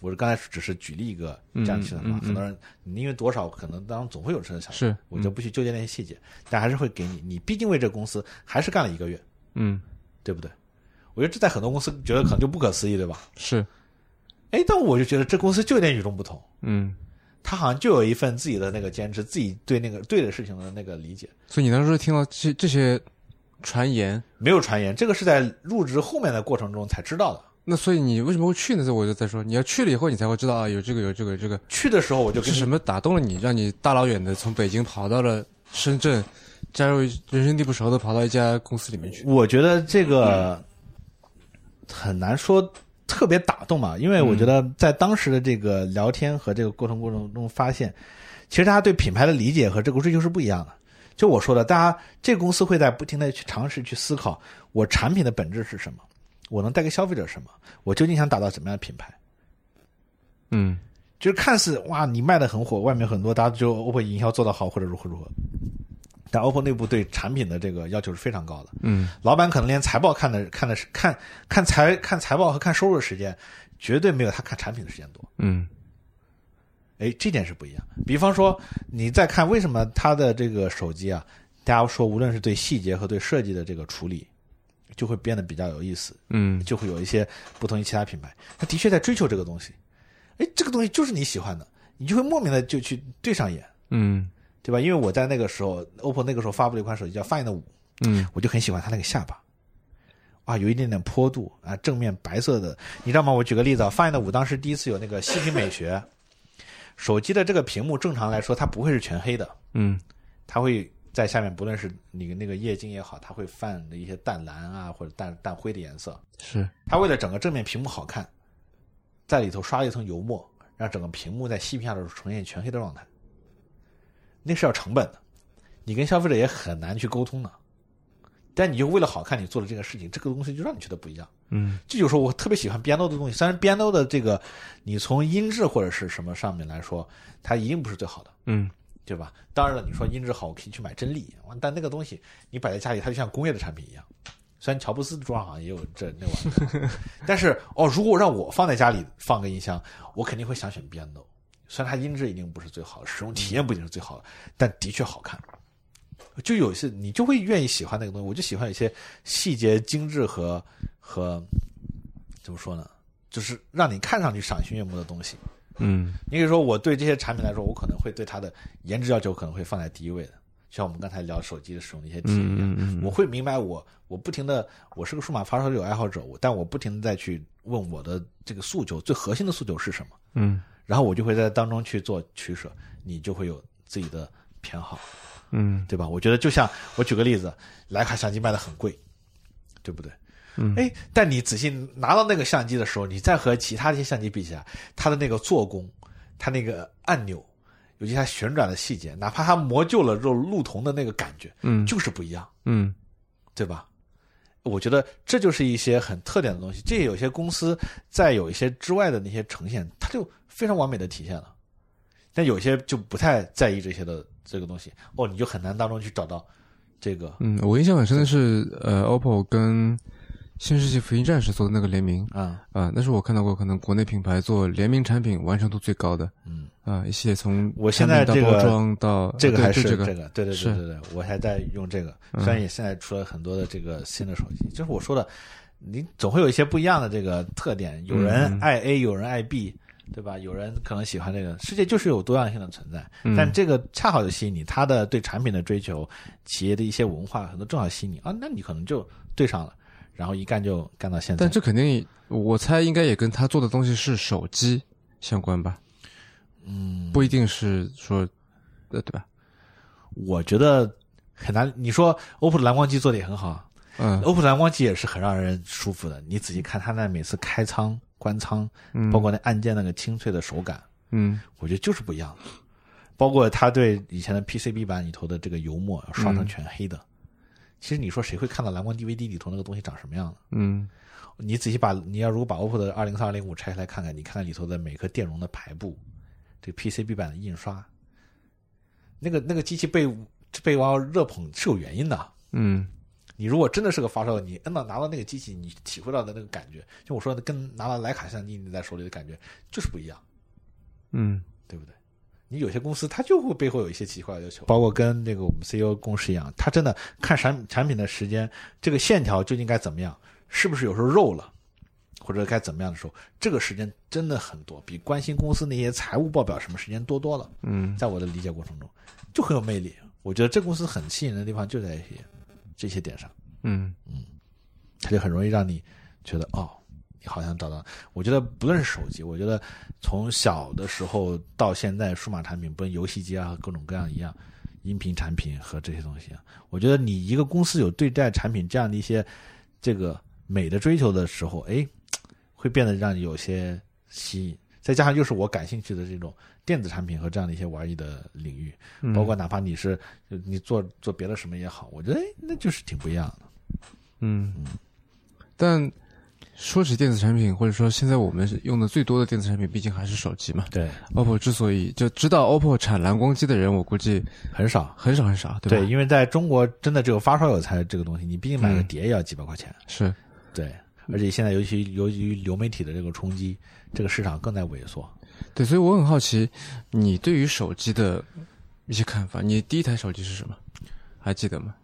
我刚才只是举例一个这样的情况，
嗯嗯
啊
嗯嗯
很多人你因为多少可能当然总会有这种想法，
嗯是，
我就不去纠结那些细节，但还是会给你，你毕竟为这个公司还是干了一个月，
嗯
对不对？我觉得这在很多公司觉得可能就不可思议，对吧？
是，
哎，但我就觉得这公司就有点与众不同，
嗯，
他好像就有一份自己的那个坚持，自己对那个对的事情的那个理解。
所以你当时听到这这些传言，
没有传言，这个是在入职后面的过程中才知道的。
那所以你为什么会去呢？这我就在说，你要去了以后，你才会知道啊，有这个有这个有这个
去的时候我就跟
是
你
什么打动了你，让你大老远的从北京跑到了深圳，加入人生地不熟的跑到一家公司里面去。
我觉得这个很难说特别打动吧，因为我觉得在当时的这个聊天和这个过程过程中发现，其实大家对品牌的理解和这个追求是不一样的。就我说的，大家这个公司会在不停的去尝试去思考，我产品的本质是什么，我能带给消费者什么，我究竟想打造什么样的品牌。
嗯
就是看似哇，你卖的很火，外面很多大家就 OPPO 营销做得好或者如何如何，但 OPPO 内部对产品的这个要求是非常高的。
嗯
老板可能连财报看的看的是看看财看财报和看收入的时间，绝对没有他看产品的时间多。
嗯
哎，这点是不一样。比方说，你再看为什么他的这个手机啊，大家说无论是对细节和对设计的这个处理，就会变得比较有意思，
嗯
就会有一些不同于其他品牌。他的确在追求这个东西，哎，这个东西就是你喜欢的，你就会莫名的就去对上眼，
嗯
对吧？因为我在那个时候，OPPO 那个时候发布了一款手机叫 Find 五，
嗯
我就很喜欢它那个下巴，啊，有一点点坡度啊，正面白色的，你知道吗？我举个例子啊，Find 五当时第一次有那个细屏美学，手机的这个屏幕正常来说它不会是全黑的，
嗯
它会在下面不论是你那个液晶也好，它会泛的一些淡蓝啊或者淡淡灰的颜色，
是，
它为了整个正面屏幕好看，在里头刷了一层油墨，让整个屏幕在细屏下的时候呈现全黑的状态，那是要成本的，你跟消费者也很难去沟通的。但你就为了好看，你做了这个事情，这个东西就让你觉得不一样。
嗯
这就是我特别喜欢 B N O 的东西。虽然 B N O 的这个，你从音质或者是什么上面来说，它一定不是最好的，
嗯
对吧？当然了，你说音质好，我可以去买真力，哇但那个东西你摆在家里，它就像工业的产品一样。虽然乔布斯的桌上好像也有这那玩意儿，但是哦，如果让我放在家里放个音箱，我肯定会想选 B N O。虽然它音质一定不是最好的，使用体验不一定是最好的，但的确好看。就有一些你就会愿意喜欢那个东西，我就喜欢有些细节精致和和怎么说呢，就是让你看上去赏心悦目的东西。
嗯
你可以说，我对这些产品来说，我可能会对它的颜值要求可能会放在第一位的，就像我们刚才聊手机的使用的一些体验一样。
嗯
我会明白我，我不停的，我是个数码发烧友爱好者，我但我不停的再去问我的这个诉求，最核心的诉求是什么，
嗯
然后我就会在当中去做取舍，你就会有自己的偏好，
嗯
对吧？我觉得就像我举个例子，徕卡相机卖的很贵，对不对？
嗯
哎，但你仔细拿到那个相机的时候，你再和其他一些相机比起来，它的那个做工、它那个按钮，尤其它旋转的细节，哪怕它磨旧了之后路童的那个感觉，
嗯
就是不一样，
嗯
对吧？我觉得这就是一些很特点的东西，这有些公司在有一些之外的那些呈现，它就非常完美的体现了。但有些就不太在意这些的这个东西，哦，你就很难当中去找到这个
嗯，我印象很深的是，呃，OPPO 跟《新世纪福音战士》做的那个联名
啊，
啊、那是我看到过可能国内品牌做联名产品完成度最高的
嗯，
啊、一系列从
我
产
现在
品
这
到包
个
装到
这个
啊
还
对
是
对这
个，对对
是嗯
对对对，我还在用这个。虽然也现在出了很多的这个新的手机，就是我说的，你总会有一些不一样的这个特点。有人
嗯
爱 A，有人爱 B，对吧？有人可能喜欢这个，世界就是有多样性的存在。
嗯
但这个恰好就吸引你，他的对产品的追求，企业的一些文化，很多正好吸引你啊，那你可能就对上了，然后一干就干到现在
但。这肯定，我猜应该也跟他做的东西是手机相关吧？嗯，不一定是说，呃，对吧？
我觉得很难。你说 OPPO 的蓝光机做的也很好啊，
嗯
OPPO 蓝光机也是很让人舒服的。你仔细看它那每次开仓、关仓，包括那按键那个清脆的手感，
嗯
我觉得就是不一样的。包括它对以前的 PCB 版里头的这个油墨刷成全黑的，其实你说谁会看到蓝光 DVD 里头那个东西长什么样呢？
嗯
你仔细把你要如果把 OPPO 的二零三二零五拆下来看看，你看看里头的每颗电容的排布，这个 PCB 版的印刷，那个那个机器被被网友热捧是有原因的。
嗯
你如果真的是个发烧友，你摁到拿到那个机器，你体会到的那个感觉，就我说的，跟拿到徕卡相机你在手里的感觉就是不一样，
嗯
对不对？你有些公司它就会背后有一些奇怪的要求，包括跟那个我们 CEO 公司一样，他真的看产产品的时间，这个线条究竟该怎么样，是不是有时候肉了，或者该怎么样的时候，这个时间真的很多，比关心公司那些财务报表什么时间多多了。
嗯
在我的理解过程中，就很有魅力。我觉得这公司很吸引人的地方就在于这些点上。
嗯
它就很容易让你觉得哦，你好像找到。我觉得不论是手机，我觉得从小的时候到现在，数码产品，不论游戏机啊，各种各样一样，音频产品和这些东西啊，我觉得你一个公司有对待产品这样的一些这个美的追求的时候，哎，会变得让你有些吸引。再加上又是我感兴趣的这种电子产品和这样的一些玩意的领域，
嗯，
包括哪怕你是你做做别的什么也好，我觉得哎，那就是挺不一样的。
嗯，但说起电子产品，或者说现在我们是用的最多的电子产品，毕竟还是手机嘛。
对，
OPPO 之所以就知道 OPPO 产蓝光机的人，我估计
很少。
很少很少，对吧？
对，因为在中国真的只有发烧友才有这个东西，你毕竟买
嗯
个碟也要几百块钱。
是，
对，而且现在尤其由于流媒体的这个冲击，这个市场更在萎缩。
对，所以我很好奇你对于手机的一些看法。你第一台手机是什么？还记得吗？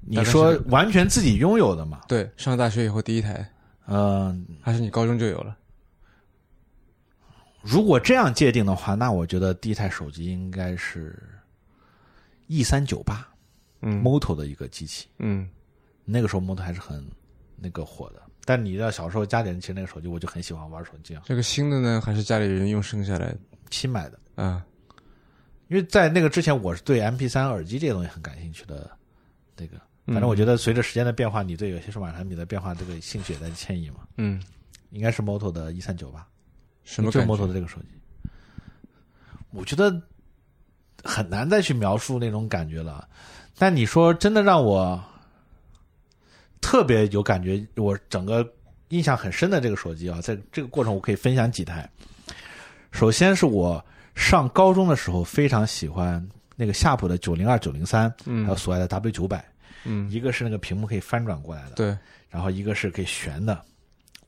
你说完全自己拥有的嘛？
对，上大学以后第一台，
嗯、
还是你高中就有了？
如果这样界定的话，那我觉得第一台手机应该是 E 三九八
嗯
Moto 的一个机器，
嗯
那个时候 Moto 还是很那个火的。但你知道小时候家里人其实那个手机，我就很喜欢玩手机啊，
这个新的呢，还是家里人用剩下来的
新买的。
啊？
因为在那个之前，我是对 MP 三耳机这些东西很感兴趣的。那个，反正我觉得随着时间的变化，你对有些数码产品的变化，这个兴趣也在迁移嘛。
嗯，
应该是 Moto 的一三九吧，
什么
就
感觉？
Moto 的这个手机，我觉得很难再去描述那种感觉了。但你说真的让我特别有感觉，我整个印象很深的这个手机啊，在这个过程我可以分享几台。首先是我上高中的时候非常喜欢那个夏普的九零二、九零三，还有索爱的 W 九百，
嗯，
一个是那个屏幕可以翻转过来的，
对，
然后一个是可以旋的，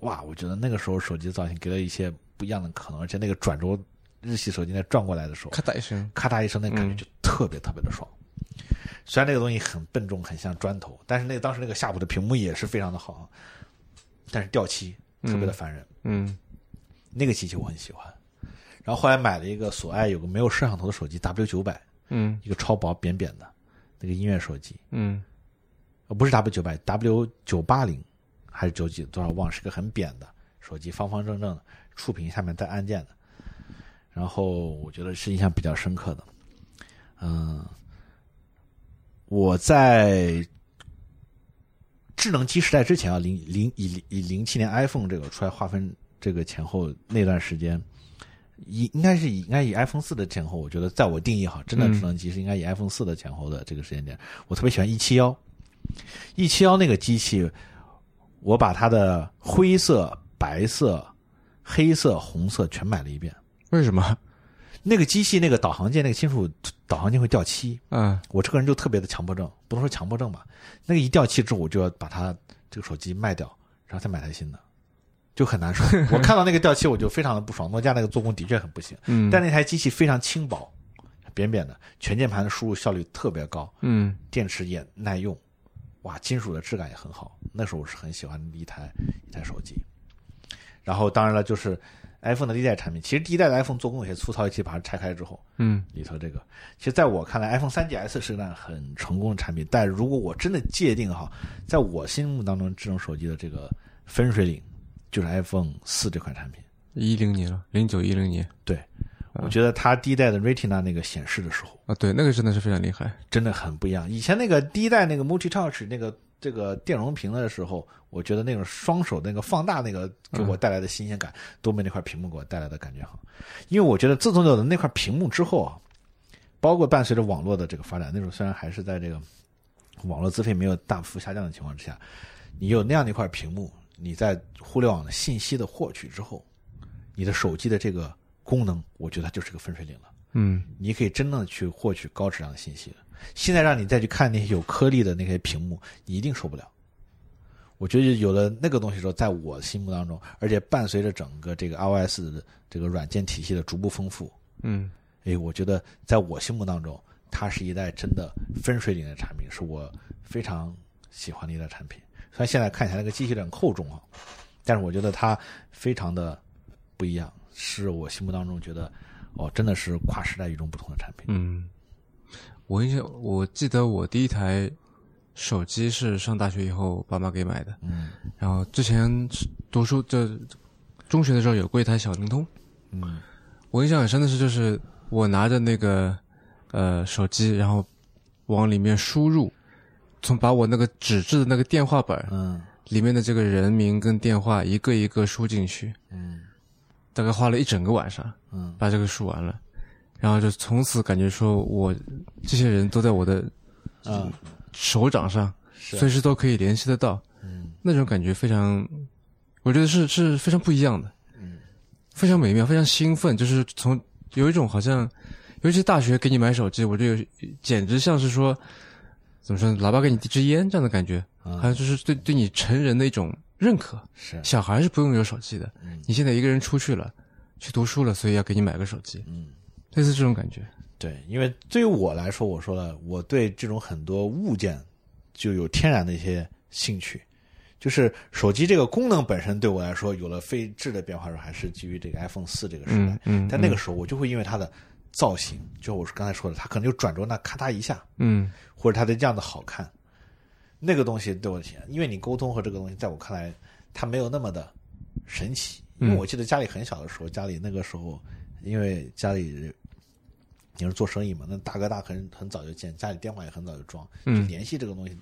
哇，我觉得那个时候手机的造型给了一些不一样的可能，而且那个转轴日系手机在转过来的时候，
咔嗒一声，
咔嗒一声，那感觉就特别特别的爽。虽然那个东西很笨重，很像砖头，但是那个当时那个夏普的屏幕也是非常的好，但是掉漆特别的烦人。
嗯
那个机器我很喜欢，然后后来买了一个索爱有个没有摄像头的手机 W 九百，
嗯
一个超薄扁扁的那个音乐手机，
嗯
呃，不是 W 九百，W 九八零还是九几多少忘了，是个很扁的手机，方方正正的，触屏下面带按键的。然后我觉得是印象比较深刻的。嗯，我在智能机时代之前啊，零零以以零七年 iPhone 这个出来划分这个前后那段时间，以应该是以应该以 iPhone 四的前后，我觉得在我定义哈，真的
嗯
智能机是应该以 iPhone 四的前后的这个时间点。我特别喜欢一七幺，一七幺那个机器，我把它的灰色、白色、黑色、红色全买了一遍。
为什 么？
那个机器那个导航键那个金属导航键会掉漆，
嗯
我这个人就特别的强迫症，不能说强迫症吧，那个一掉漆之后，我就要把它这个手机卖掉，然后再买台新的，就很难受。我看到那个掉漆，我就非常的不爽。诺基亚那个做工的确很不行，
嗯，
但那台机器非常轻薄，扁扁的，全键盘的输入效率特别高，
嗯
电池也耐用，哇，金属的质感也很好。那时候我是很喜欢一台一台手机。然后当然了，就是 iPhone 的第一代产品，其实第一代的 iPhone 做工有些粗糙，其实把它拆开之后，
嗯
里头这个，其实在我看来，iPhone 3GS 是一款很成功的产品，但如果我真的界定哈，在我心目当中，智能手机的这个分水岭就是 iPhone 四这款产品。
一零年了，零九一零年
我觉得它第一代的 Retina 那个显示的时候
啊，对，那个真的是非常厉害。
真的很不一样。以前那个第一代那个 Multi Touch 那个这个电容屏的时候，我觉得那种双手那个放大那个给我带来的新鲜感，都没那块屏幕给我带来的感觉好。因为我觉得自从有了那块屏幕之后啊，包括伴随着网络的这个发展，那时候虽然还是在这个网络资费没有大幅下降的情况之下，你有那样的一块屏幕，你在互联网的信息的获取之后，你的手机的这个功能，我觉得它就是个分水岭了。
嗯
你可以真正的去获取高质量的信息了。现在让你再去看那些有颗粒的那些屏幕，你一定受不了。我觉得有了那个东西之后，在我心目当中，而且伴随着整个这个 iOS 的这个软件体系的逐步丰富，
嗯
哎，我觉得在我心目当中，它是一代真的分水岭的产品，是我非常喜欢的一代产品。虽然现在看起来那个机器有点厚重啊，但是我觉得它非常的不一样，是我心目当中觉得哦，真的是跨时代与众不同的产品。
嗯，我印象，我记得我第一台手机是上大学以后爸妈给买的，
嗯
然后之前读书就中学的时候有过一台小灵通，
嗯
我印象很深的是，就是我拿着那个呃手机，然后往里面输入，从把我那个纸质的那个电话本儿
嗯
里面的这个人名跟电话一个一个输进去，
嗯
大概花了一整个晚上
嗯
把这个输完了，然后就从此感觉说我这些人都在我的
啊，
手掌上，
是啊
随时都可以联系得到，
嗯
那种感觉非常，我觉得是是非常不一样的，
嗯
非常美妙，非常兴奋，就是从有一种好像，尤其是大学给你买手机，我就有简直像是说，怎么说，呢，喇叭给你递支烟这样的感觉，
啊嗯
还有就是对对你成人的一种认可。
是
小孩是不用有手机的，
嗯
你现在一个人出去了，去读书了，所以要给你买个手机，
嗯。
类似这种感觉。
对，因为对于我来说，我说了，我对这种很多物件就有天然的一些兴趣。就是手机这个功能本身对我来说有了非质的变化，还是基于这个 iPhone 四这个时代
嗯。嗯，
但那个时候，我就会因为它的造型，就我刚才说的，它可能就转轴那咔嗒一下，
嗯
或者它的样子好看，那个东西对我的体验，因为你沟通和这个东西，在我看来，它没有那么的神奇。因为
嗯
我记得家里很小的时候，家里那个时候，因为家里你是做生意嘛，那大哥大很很早就见，家里电话也很早就装，就
嗯
联系这个东西，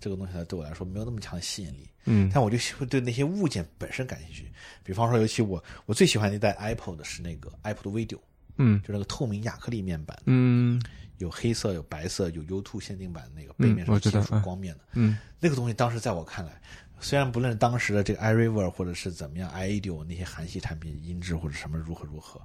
这个东西它对我来说没有那么强的吸引力。
嗯
但我就喜会对那些物件本身感兴趣，比方说，尤其我我最喜欢的一代 Apple 的是那个 Apple 的 Video，
嗯
就那个透明亚克力面板，
嗯
有黑色、有白色、有 U two 限定版那个背面
我
是
知道
金属
嗯
光面的、
嗯
那个东西，当时在我看来，虽然不论当时的这个 iRiver 或者是怎么样 iAudio 那些韩系产品音质或者什么如何如何，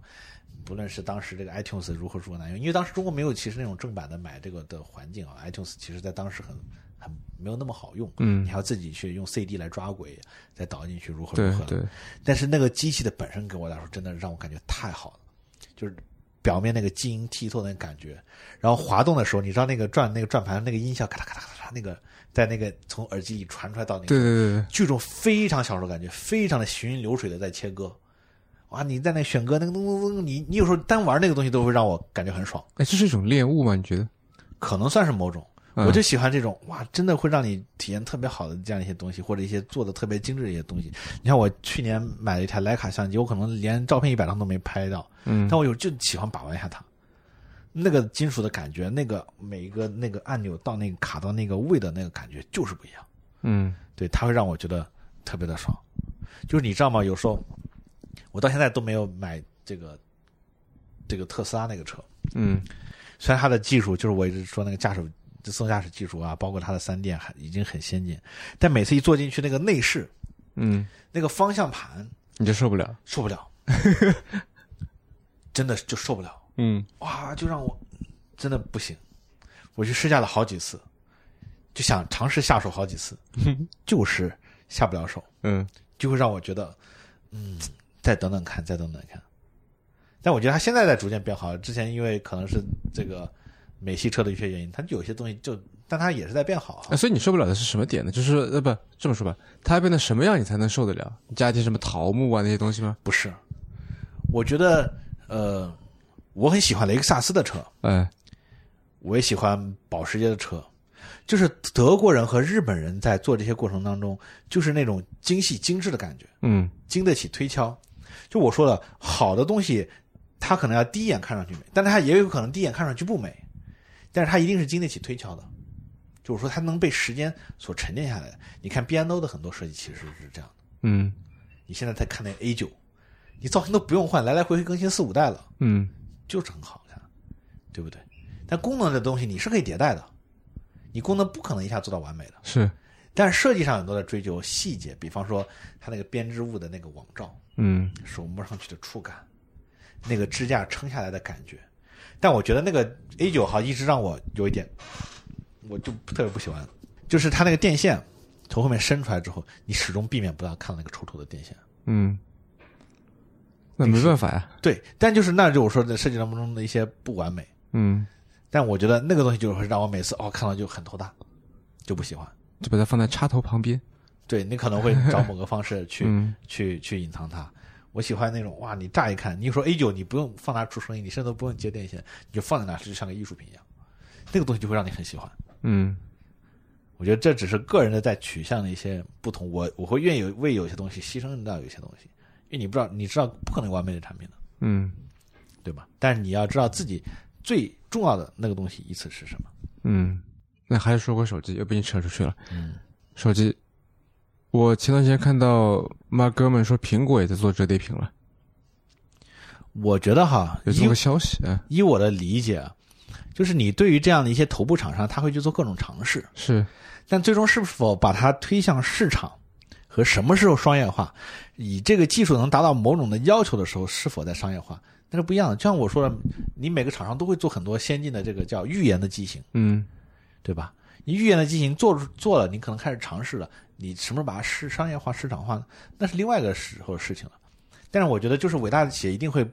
不论是当时这个 iTunes 如何如何难用，因为当时中国没有其实那种正版的买这个的环境啊，iTunes 其实在当时很很没有那么好用，
嗯
你，还要自己去用 CD 来抓轨，再导进去如何
对
如何。
对，
但是那个机器的本身给我来说，真的让我感觉太好了，就是表面那个晶莹剔透的感觉，然后滑动的时候，你知道那个转那个转盘那个音效咔嚓咔嚓咔嚓，那个在那个从耳机里传出来到那个，
对对对对，
剧中非常享受感觉，非常的行云流水的在切割。哇，你在那选歌，那个咚咚咚，你你有时候单玩那个东西都会让我感觉很爽，
哎，这是一种恋物吗？你觉得？
可能算是某种。
嗯
我就喜欢这种哇，真的会让你体验特别好的这样一些东西，或者一些做的特别精致的一些东西。你看，我去年买了一台徕卡相机，我可能连照片一百张都没拍到，
嗯
但我有就喜欢把玩一下它。那个金属的感觉，那个每一个那个按钮到那个卡到那个位的那个感觉就是不一样，
嗯
对，它会让我觉得特别的爽。就是你知道吗？有时候我到现在都没有买这个这个特斯拉那个车，
嗯
虽然它的技术就是我一直说那个驾驶自动驾驶技术啊，包括它的三电还已经很先进，但每次一坐进去那个内饰
嗯，
那个方向盘
你就受不了，
受不了，真的就受不了，
嗯
哇，就让我真的不行。我去试驾了好几次，就想尝试下手好几次，就是下不了手。
嗯
就会让我觉得，嗯，再等等看，再等等看。但我觉得它现在在逐渐变好，之前因为可能是这个美系车的一些原因，它有些东西就，但它也是在变好
啊，
啊。
所以你受不了的是什么点呢？就是呃，不这么说吧，它要变得什么样你才能受得了？你加一些什么桃木啊那些东西吗？
不是，我觉得呃，我很喜欢雷克萨斯的车，
嗯
我也喜欢保时捷的车，就是德国人和日本人在做这些过程当中，就是那种精细精致的感觉。
嗯
经得起推敲。就我说了，好的东西，它可能要第一眼看上去美，但是它也有可能第一眼看上去不美，但是它一定是经得起推敲的。就我说，它能被时间所沉淀下来的。你看 B N O 的很多设计其实是这样的。
嗯
你现在在看那 A 九，你造型都不用换，来来回回更新四五代了，
嗯
就是很好看，对不对？但功能这东西你是可以迭代的，你功能不可能一下做到完美的。
是
但是设计上很多的追求细节，比方说它那个编织物的那个网罩，
嗯
手摸上去的触感，那个支架撑下来的感觉。但我觉得那个 A 九号一直让我有一点，我就特别不喜欢，就是它那个电线从后面伸出来之后，你始终避免不了看到那个抽抽的电线。
嗯，那没办法呀，
对，但就是那就我说的设计当中的一些不完美，
嗯，
但我觉得那个东西就会让我每次哦看到就很头大，就不喜欢。
就把它放在插头旁边，
对你可能会找某个方式去、
嗯
去去隐藏它。我喜欢那种哇，你乍一看，你一说 A 九，你不用放它出声音，你甚至都不用接电线，你就放在那，就像个艺术品一样。那个东西就会让你很喜欢。
嗯
我觉得这只是个人的在取向的一些不同，我我会愿意为有些东西牺牲掉有些东西，因为你不知道，你知道不可能有完美的产品的，
嗯
对吧？但是你要知道自己最重要的那个东西依次是什么。
嗯，那还是说回手机，又被你扯出去了。
嗯，
手机，我前段时间看到妈哥们说苹果也在做折叠屏了，
我觉得哈，
有这
以
么个消息，嗯，
以我的理解啊，就是你对于这样的一些头部厂商，他会去做各种尝试，
是，
但最终是否把它推向市场和什么时候商业化，以这个技术能达到某种的要求的时候，是否在商业化，那是不一样的。就像我说的，你每个厂商都会做很多先进的这个叫预言的机型，
嗯
对吧？你预言的机型做出做了，你可能开始尝试了，你什么时候把它市商业化、市场化呢？那是另外一个时候的事情了。但是我觉得，就是伟大的企业一定会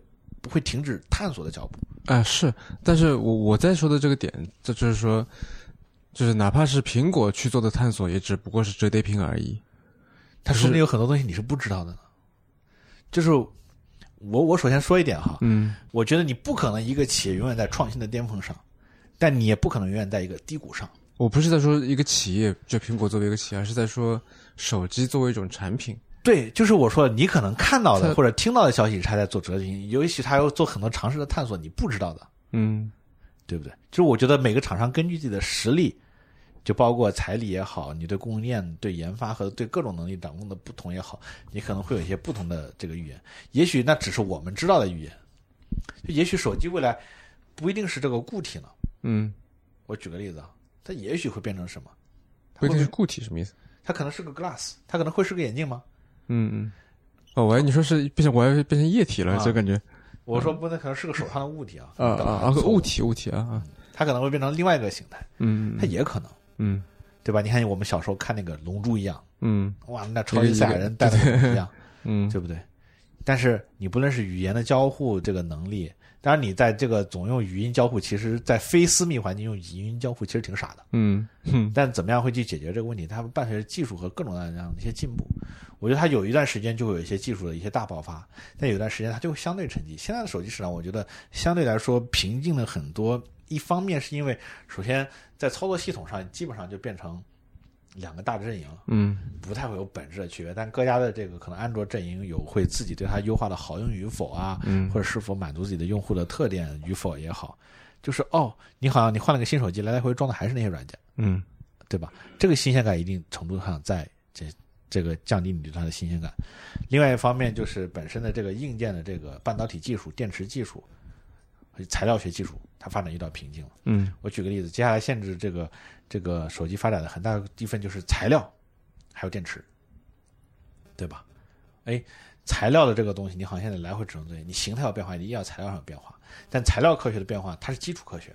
不会停止探索的脚步。
啊是，但是我我在说的这个点，这就是说，就是哪怕是苹果去做的探索，也只不过是折叠屏而已。
它说不定有很多东西你是不知道的呢。就是我我首先说一点哈，
嗯
我觉得你不可能一个企业永远在创新的巅峰上，但你也不可能永远在一个低谷上。
我不是在说一个企业，就苹果作为一个企业，而是在说手机作为一种产品。
对，就是我说你可能看到
它
的或者听到的消息，他在做折叠屏，尤其他要做很多尝试的探索，你不知道的，
嗯
对不对？就是我觉得每个厂商根据自己的实力，就包括财力也好，你对供应链、对研发和对各种能力掌控的不同也好，你可能会有一些不同的这个预言。也许那只是我们知道的预言，就也许手机未来不一定是这个固体呢。
嗯，
我举个例子啊，它也许会变成什么？
不
它会
一定
变
是固体，什么意思？
它可能是个 glass，它可能会是个眼镜吗？
嗯嗯。哦，我还你说是变成我还变成液体了，
啊
就感觉
我说不，那可能是个手上的物体啊，
嗯啊
你懂
啊
吗
啊，物，体物体啊啊，
它可能会变成另外一个形态，
嗯
它也可能，
嗯
对吧？你看我们小时候看那个《龙珠》一样，
嗯
哇，那超级赛亚人戴的那个一样，
嗯
对不对？但是你不论是语言的交互这个能力，当然你在这个总用语音交互，其实，在非私密环境用语音交互其实挺傻的。
嗯嗯
但怎么样会去解决这个问题？它伴随着技术和各种各样的一些进步，我觉得它有一段时间就会有一些技术的一些大爆发，但有一段时间它就会相对沉寂。现在的手机市场，我觉得相对来说平静了很多。一方面是因为，首先在操作系统上基本上就变成两个大阵营了，
嗯
不太会有本质的区别。但各家的这个可能安卓阵营有会自己对它优化的好用与否啊，
嗯
或者是否满足自己的用户的特点与否也好，就是哦，你好像你换了个新手机，来来回回装的还是那些软件。
嗯
对吧？这个新鲜感一定程度上在这这个降低你对它的新鲜感。另外一方面就是本身的这个硬件的这个半导体技术、电池技术，材料学技术它发展遇到瓶颈了。
嗯
我举个例子，接下来限制这个这个手机发展的很大一分就是材料，还有电池，对吧？哎，材料的这个东西，你好像现在来回只能对，你形态有变化，你医药材料上有变化，但材料科学的变化它是基础科学，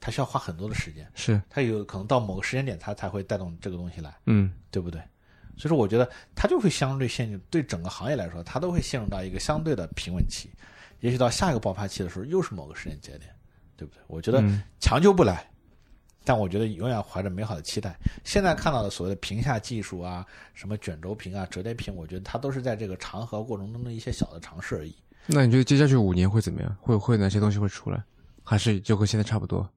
它需要花很多的时间，
是
它有可能到某个时间点它才会带动这个东西来。
嗯
对不对？所以说，我觉得它就会相对陷入，对整个行业来说，它都会陷入到一个相对的平稳期。也许到下一个爆发期的时候，又是某个时间节点，对不对？我觉得
嗯
强求不来，但我觉得永远怀着美好的期待。现在看到的所谓的屏下技术啊，什么卷轴屏啊、折叠屏，我觉得它都是在这个长河过程中的一些小的尝试而已。
那你觉得接下去五年会怎么样？会会哪些东西会出来？还是就和现在差不多？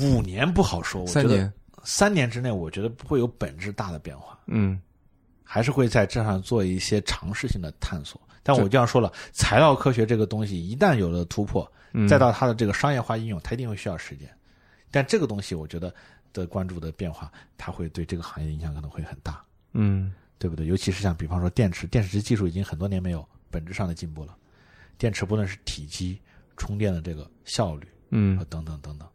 五年不好说，我觉
三
得
年？
三年之内，我觉得不会有本质大的变化。
嗯，
还是会在这上做一些尝试性的探索。但我就要说了，材料科学这个东西一旦有了突破，
嗯
再到它的这个商业化应用，它一定会需要时间。但这个东西，我觉得的关注的变化，它会对这个行业影响可能会很大，
嗯
对不对？尤其是像比方说电池，电池技术已经很多年没有本质上的进步了。电池不论是体积、充电的这个效率，
嗯
呃，等等等等，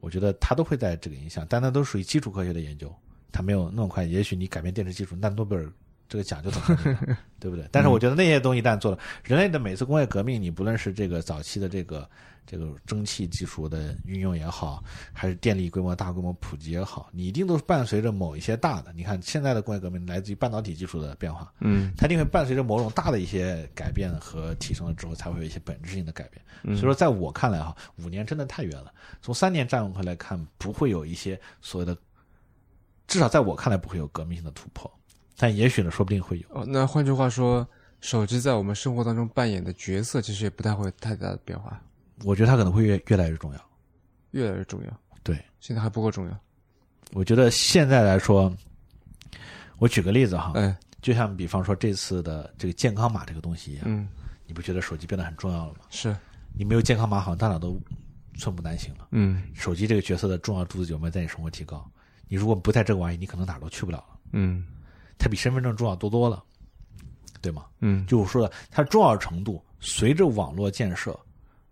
我觉得它都会在这个影响，但它都属于基础科学的研究，它没有那么快。也许你改变电池技术，那诺贝尔这个奖就等着你了，对不对？但是我觉得那些东西一旦做了，人类的每次工业革命，你不论是这个早期的这个这个蒸汽技术的运用也好，还是电力规模大规模普及也好，你一定都是伴随着某一些大的。你看现在的工业革命来自于半导体技术的变化，
嗯
它一定会伴随着某种大的一些改变和提升了之后，才会有一些本质性的改变。
嗯
所以说，在我看来哈，五年真的太远了。从三年站回来看，不会有一些所谓的，至少在我看来不会有革命性的突破。但也许呢，说不定会有。
哦，那换句话说，手机在我们生活当中扮演的角色其实也不太会有太大的变化，
我觉得它可能会越越来越重要。
越来越重要。
对，
现在还不够重要。
我觉得现在来说，我举个例子哈，
哎，
就像比方说这次的这个健康码这个东西一样，
嗯，
你不觉得手机变得很重要了吗？
是，
你没有健康码，好像大脑都寸步难行了。
嗯
手机这个角色的重要度有没有在你生活提高？你如果不在这个玩意，你可能哪儿都去不了了。
嗯
它比身份证重要多多了，对吗？
嗯，
就我说的，它重要程度随着网络建设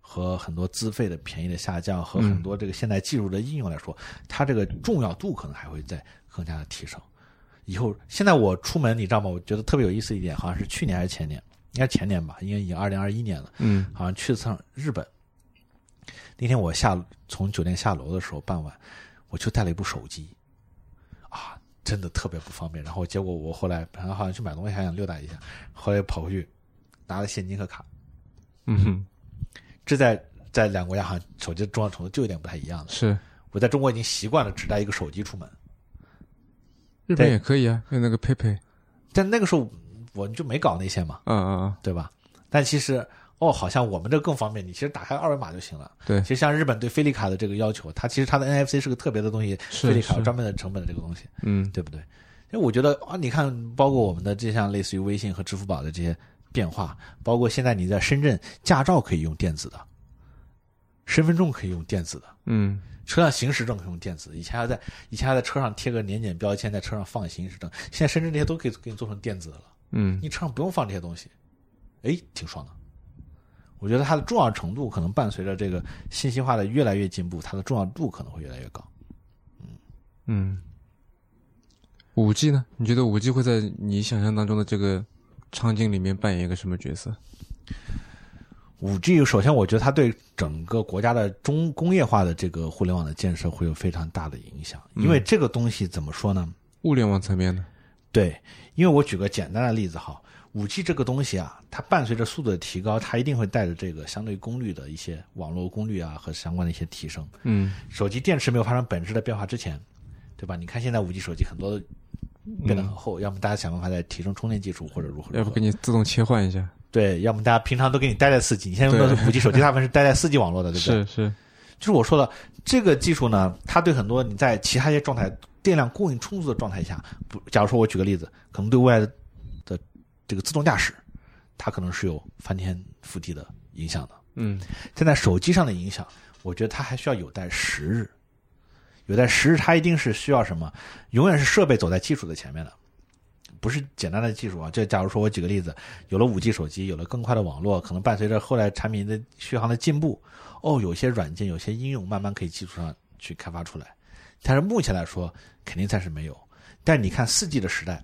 和很多资费的便宜的下降和很多这个现代技术的应用来说，它这个重要度可能还会再更加的提升。以后现在我出门，你知道吗？我觉得特别有意思一点，好像是去年还是前年，应该前年吧，因为已经二零二一年了。
嗯
好像去了趟日本。那天我下从酒店下楼的时候，傍晚我就带了一部手机，啊，真的特别不方便。然后结果我后来本来好像去买东西，还想溜达一下，后来跑回去拿了现金和卡。
嗯哼，
这在在两个国家好像手机的重要程度就有点不太一样了。
是。
我在中国已经习惯了只带一个手机出门，
日本
对
也可以啊，用那个 PayPay。
但那个时候我就没搞那些嘛，
啊啊啊！
对吧？但其实哦，好像我们这更方便，你其实打开二维码就行了。
对
其，实像日本对菲利卡的这个要求，它其实它的 NFC 是个特别的东西，
是
菲利卡有
是
专门的成本的这个东西，
嗯
对不对？因为我觉得啊，你看，包括我们的这项类似于微信和支付宝的这些变化，包括现在你在深圳驾照可以用电子的，身份证可以用电子的，
嗯
车辆行驶证可以用电子。以前还在以前还在车上贴个年检标签，在车上放行驶证，现在深圳这些都可以给你做成电子的了。
嗯
你车上不用放这些东西，哎，挺爽的。我觉得它的重要程度可能伴随着这个信息化的越来越进步，它的重要度可能会越来越高。
嗯。五 G 呢？你觉得五 G 会在你想象当中的这个场景里面扮演一个什么角色？
五 G 首先，我觉得它对整个国家的中工业化的这个互联网的建设会有非常大的影响，因为这个东西怎么说呢？
物联网层面呢？
对，因为我举个简单的例子哈，五 G 这个东西啊，它伴随着速度的提高，它一定会带着这个相对功率的一些网络功率啊和相关的一些提升。
嗯
手机电池没有发生本质的变化之前，对吧？你看现在五 G 手机很多变得很厚，要么大家想办法再提升充电技术或者如何
嗯
如
要不
何
给，你自动切换一下？
对，要么大家平常都给你待在四 G，你现在用的是五 G 手机，大部分是待在四 G 网络的，对不
是
对？
是，
就是我说的这个技术呢，它对很多你在其他一些状态电量供应充足的状态下，不，假如说我举个例子，可能对未来的的这个自动驾驶，它可能是有翻天覆地的影响的。
嗯
现在手机上的影响，我觉得它还需要有待时日，有待时日，它一定是需要什么？永远是设备走在技术的前面的，不是简单的技术啊。就假如说我举个例子，有了五 G 手机，有了更快的网络，可能伴随着后来产品的续航的进步，哦，有些软件、有些应用慢慢可以技术上去开发出来。但是目前来说，肯定暂时没有。但你看四 G 的时代，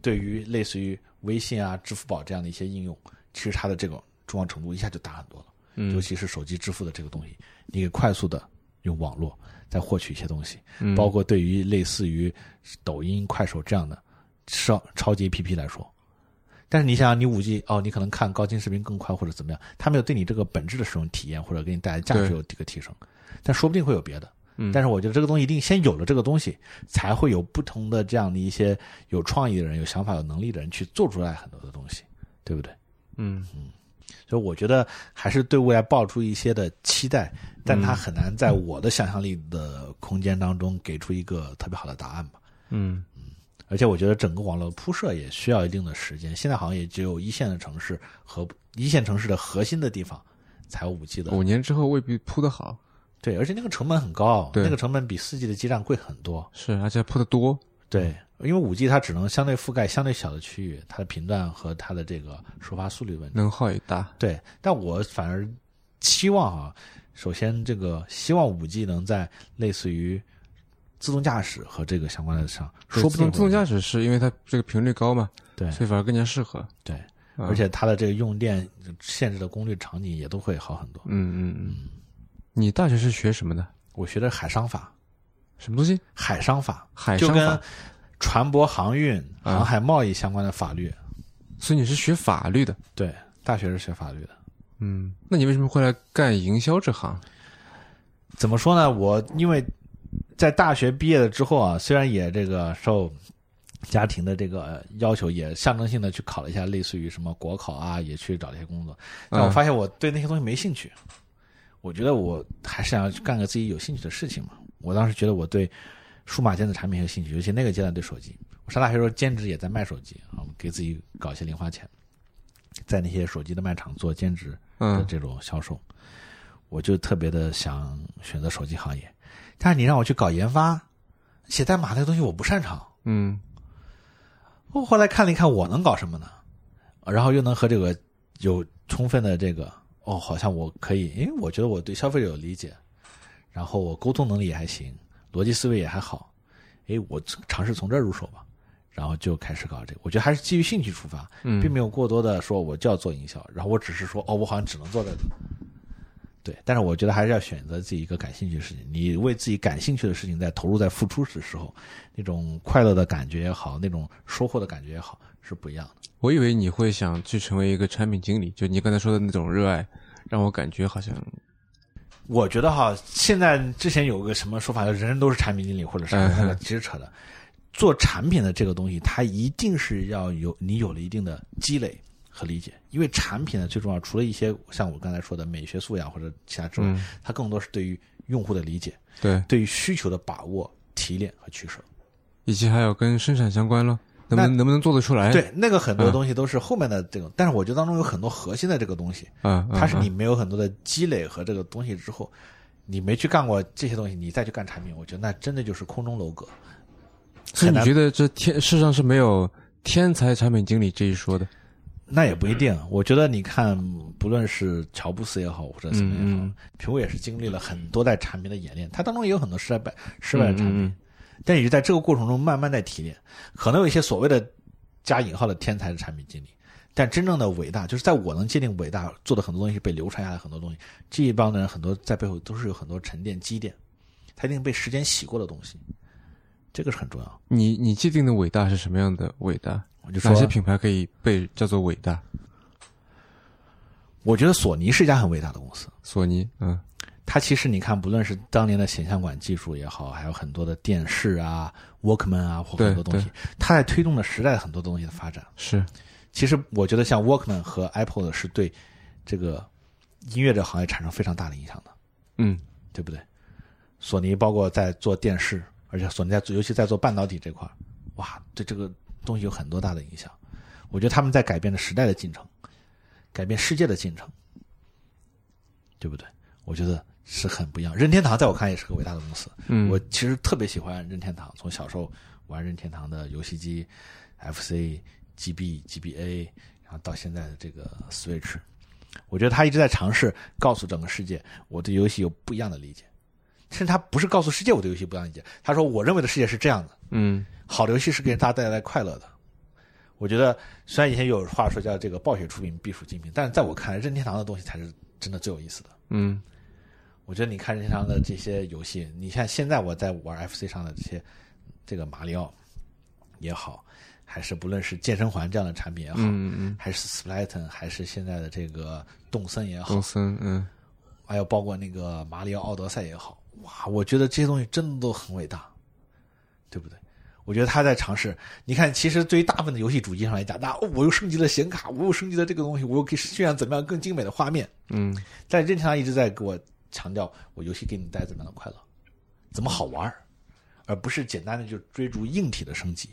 对于类似于微信啊、支付宝这样的一些应用，其实它的这种重要程度一下就大很多了。
嗯
尤其是手机支付的这个东西，你给快速的用网络再获取一些东西，
嗯
包括对于类似于抖音、快手这样的超超级 APP 来说，但是你想想，你五 G 哦，你可能看高清视频更快或者怎么样，它没有对你这个本质的使用体验或者给你带来价值
对
有这个提升，但说不定会有别的。
嗯
但是我觉得这个东西一定先有了这个东西，才会有不同的这样的一些有创意的人、有想法、有能力的人去做出来很多的东西，对不对？
嗯
所以我觉得还是对未来抱出一些的期待，但
嗯
它很难在我的想象力的空间当中给出一个特别好的答案吧。
嗯
而且我觉得整个网络铺设也需要一定的时间，现在好像也只有一线的城市和一线城市的核心的地方才有五 G 的。
五年之后未必铺得好，
对，而且那个成本很高，
对
那个成本比四 G 的基站贵很多。
是而且铺得多，嗯
对，因为五 G 它只能相对覆盖相对小的区域，它的频段和它的这个首发速率问题。
能耗也大。
对，但我反而期望啊，首先这个希望五 G 能在类似于自动驾驶和这个相关的上，
对
说不
自
定
动
会
自动驾驶是因为它这个频率高嘛，
对
所以反而更加适合。
对，
嗯
而且它的这个用电限制的功率场景也都会好很多。
嗯嗯嗯，你大学是学什么的？
我学的海商法，
什么东西？
海商法
海
就
商
跟
法。
船舶航运、
啊
航海贸易相关的法律。
所以你是学法律的。
对，大学是学法律的。
嗯，那你为什么会来干营销这行？
怎么说呢？我因为在大学毕业了之后啊，虽然也这个受家庭的这个呃要求，也象征性的去考了一下类似于什么国考啊，也去找了一些工作，但我
嗯
发现我对那些东西没兴趣。我觉得我还是想要去干个自己有兴趣的事情嘛。我当时觉得我对数码电子产品很有兴趣，尤其那个阶段对手机。我上大学的时候兼职也在卖手机啊，给自己搞一些零花钱，在那些手机的卖场做兼职。的
嗯
这种销售，我就特别的想选择手机行业。但是你让我去搞研发、写代码那个东西，我不擅长。
嗯
我后来看了一看，我能搞什么呢？然后又能和这个有充分的这个哦，好像我可以，因为我觉得我对消费者有理解，然后我沟通能力也还行，逻辑思维也还好，诶，我尝试从这儿入手吧，然后就开始搞这个。我觉得还是基于兴趣出发，
嗯，
并没有过多的说我就要做营销，然后我只是说哦，我好像只能做这个。对，但是我觉得还是要选择自己一个感兴趣的事情。你为自己感兴趣的事情在投入、在付出的时候，那种快乐的感觉也好，那种收获的感觉也好，是不一样的。
我以为你会想去成为一个产品经理，就你刚才说的那种热爱，让我感觉好像
我觉得哈，现在之前有个什么说法，叫人人都是产品经理或者啥
嗯，
那个其实扯的。做产品的这个东西，它一定是要有你有了一定的积累和理解，因为产品呢最重要，除了一些像我刚才说的美学素养或者其他之外，
嗯，
它更多是对于用户的理解、
对，
对于需求的把握、提炼和取舍。
以及还有跟生产相关咯，能不能能不能做得出来？
对，那个很多东西都是后面的这种，但是我觉得当中有很多核心的这个东西，
嗯，嗯，
它是
嗯
你没有很多的积累和这个东西之后，你没去干过这些东西，你再去干产品，我觉得那真的就是空中楼阁。
所以
很
你
难
觉得这天世上是没有天才产品经理这一说的？
那也不一
嗯
定，我觉得你看，不论是乔布斯也好，或者怎么样也好
嗯嗯，
苹果也是经历了很多代产品的演练，它当中也有很多失败失败的产品。
嗯嗯
但也是在这个过程中慢慢在提炼，可能有一些所谓的加引号的天才的产品经理，但真正的伟大，就是在我能界定伟大做的很多东西被流传下来，很多东西，这一帮的人很多在背后都是有很多沉淀积淀，他一定被时间洗过的东西，这个是很重要。
你你界定的伟大是什么样的伟大？
我就说
哪，些品牌可以被叫做伟大？
我觉得索尼是一家很伟大的公司，
索尼，嗯
它其实你看，不论是当年的显像管技术也好，还有很多的电视啊、Walkman 啊，或很多东西，它在推动了时代很多东西的发展。
是，
其实我觉得像 Walkman 和 Apple 是对这个音乐这行业产生非常大的影响的，
嗯
对不对？索尼包括在做电视，而且索尼在做，尤其在做半导体这块儿，哇，对这个东西有很多大的影响。我觉得他们在改变着时代的进程，改变世界的进程，对不对？我觉得是很不一样。任天堂在我看来也是个伟大的公司，
嗯，
我其实特别喜欢任天堂，从小时候玩任天堂的游戏机， FC、GB、GBA，然后到现在的这个 Switch，我觉得他一直在尝试告诉整个世界，我对游戏有不一样的理解。甚至他不是告诉世界我对游戏不一样的理解，他说我认为的世界是这样的，
嗯
好的游戏是给大家带来快乐的。我觉得虽然以前有话说叫这个暴雪出品必属精品，但是在我看来，任天堂的东西才是真的最有意思的。
嗯
我觉得你看任天堂的这些游戏，你看现在我在玩 FC 上的这些，这个马里奥也好，还是不论是健身环这样的产品也好，
嗯嗯，
还是 Splatoon，还是现在的这个动森也好
公，森嗯
还有包括那个马里奥奥德赛也好，哇，我觉得这些东西真的都很伟大，对不对？我觉得他在尝试。你看，其实对于大部分的游戏主机上来讲，那、哦、我又升级了显卡，我又升级了这个东西，我又可以渲染怎么样更精美的画面。
嗯
但任天堂一直在给我强调，我游戏给你带来怎么样的快乐，怎么好玩儿，而不是简单的就追逐硬体的升级。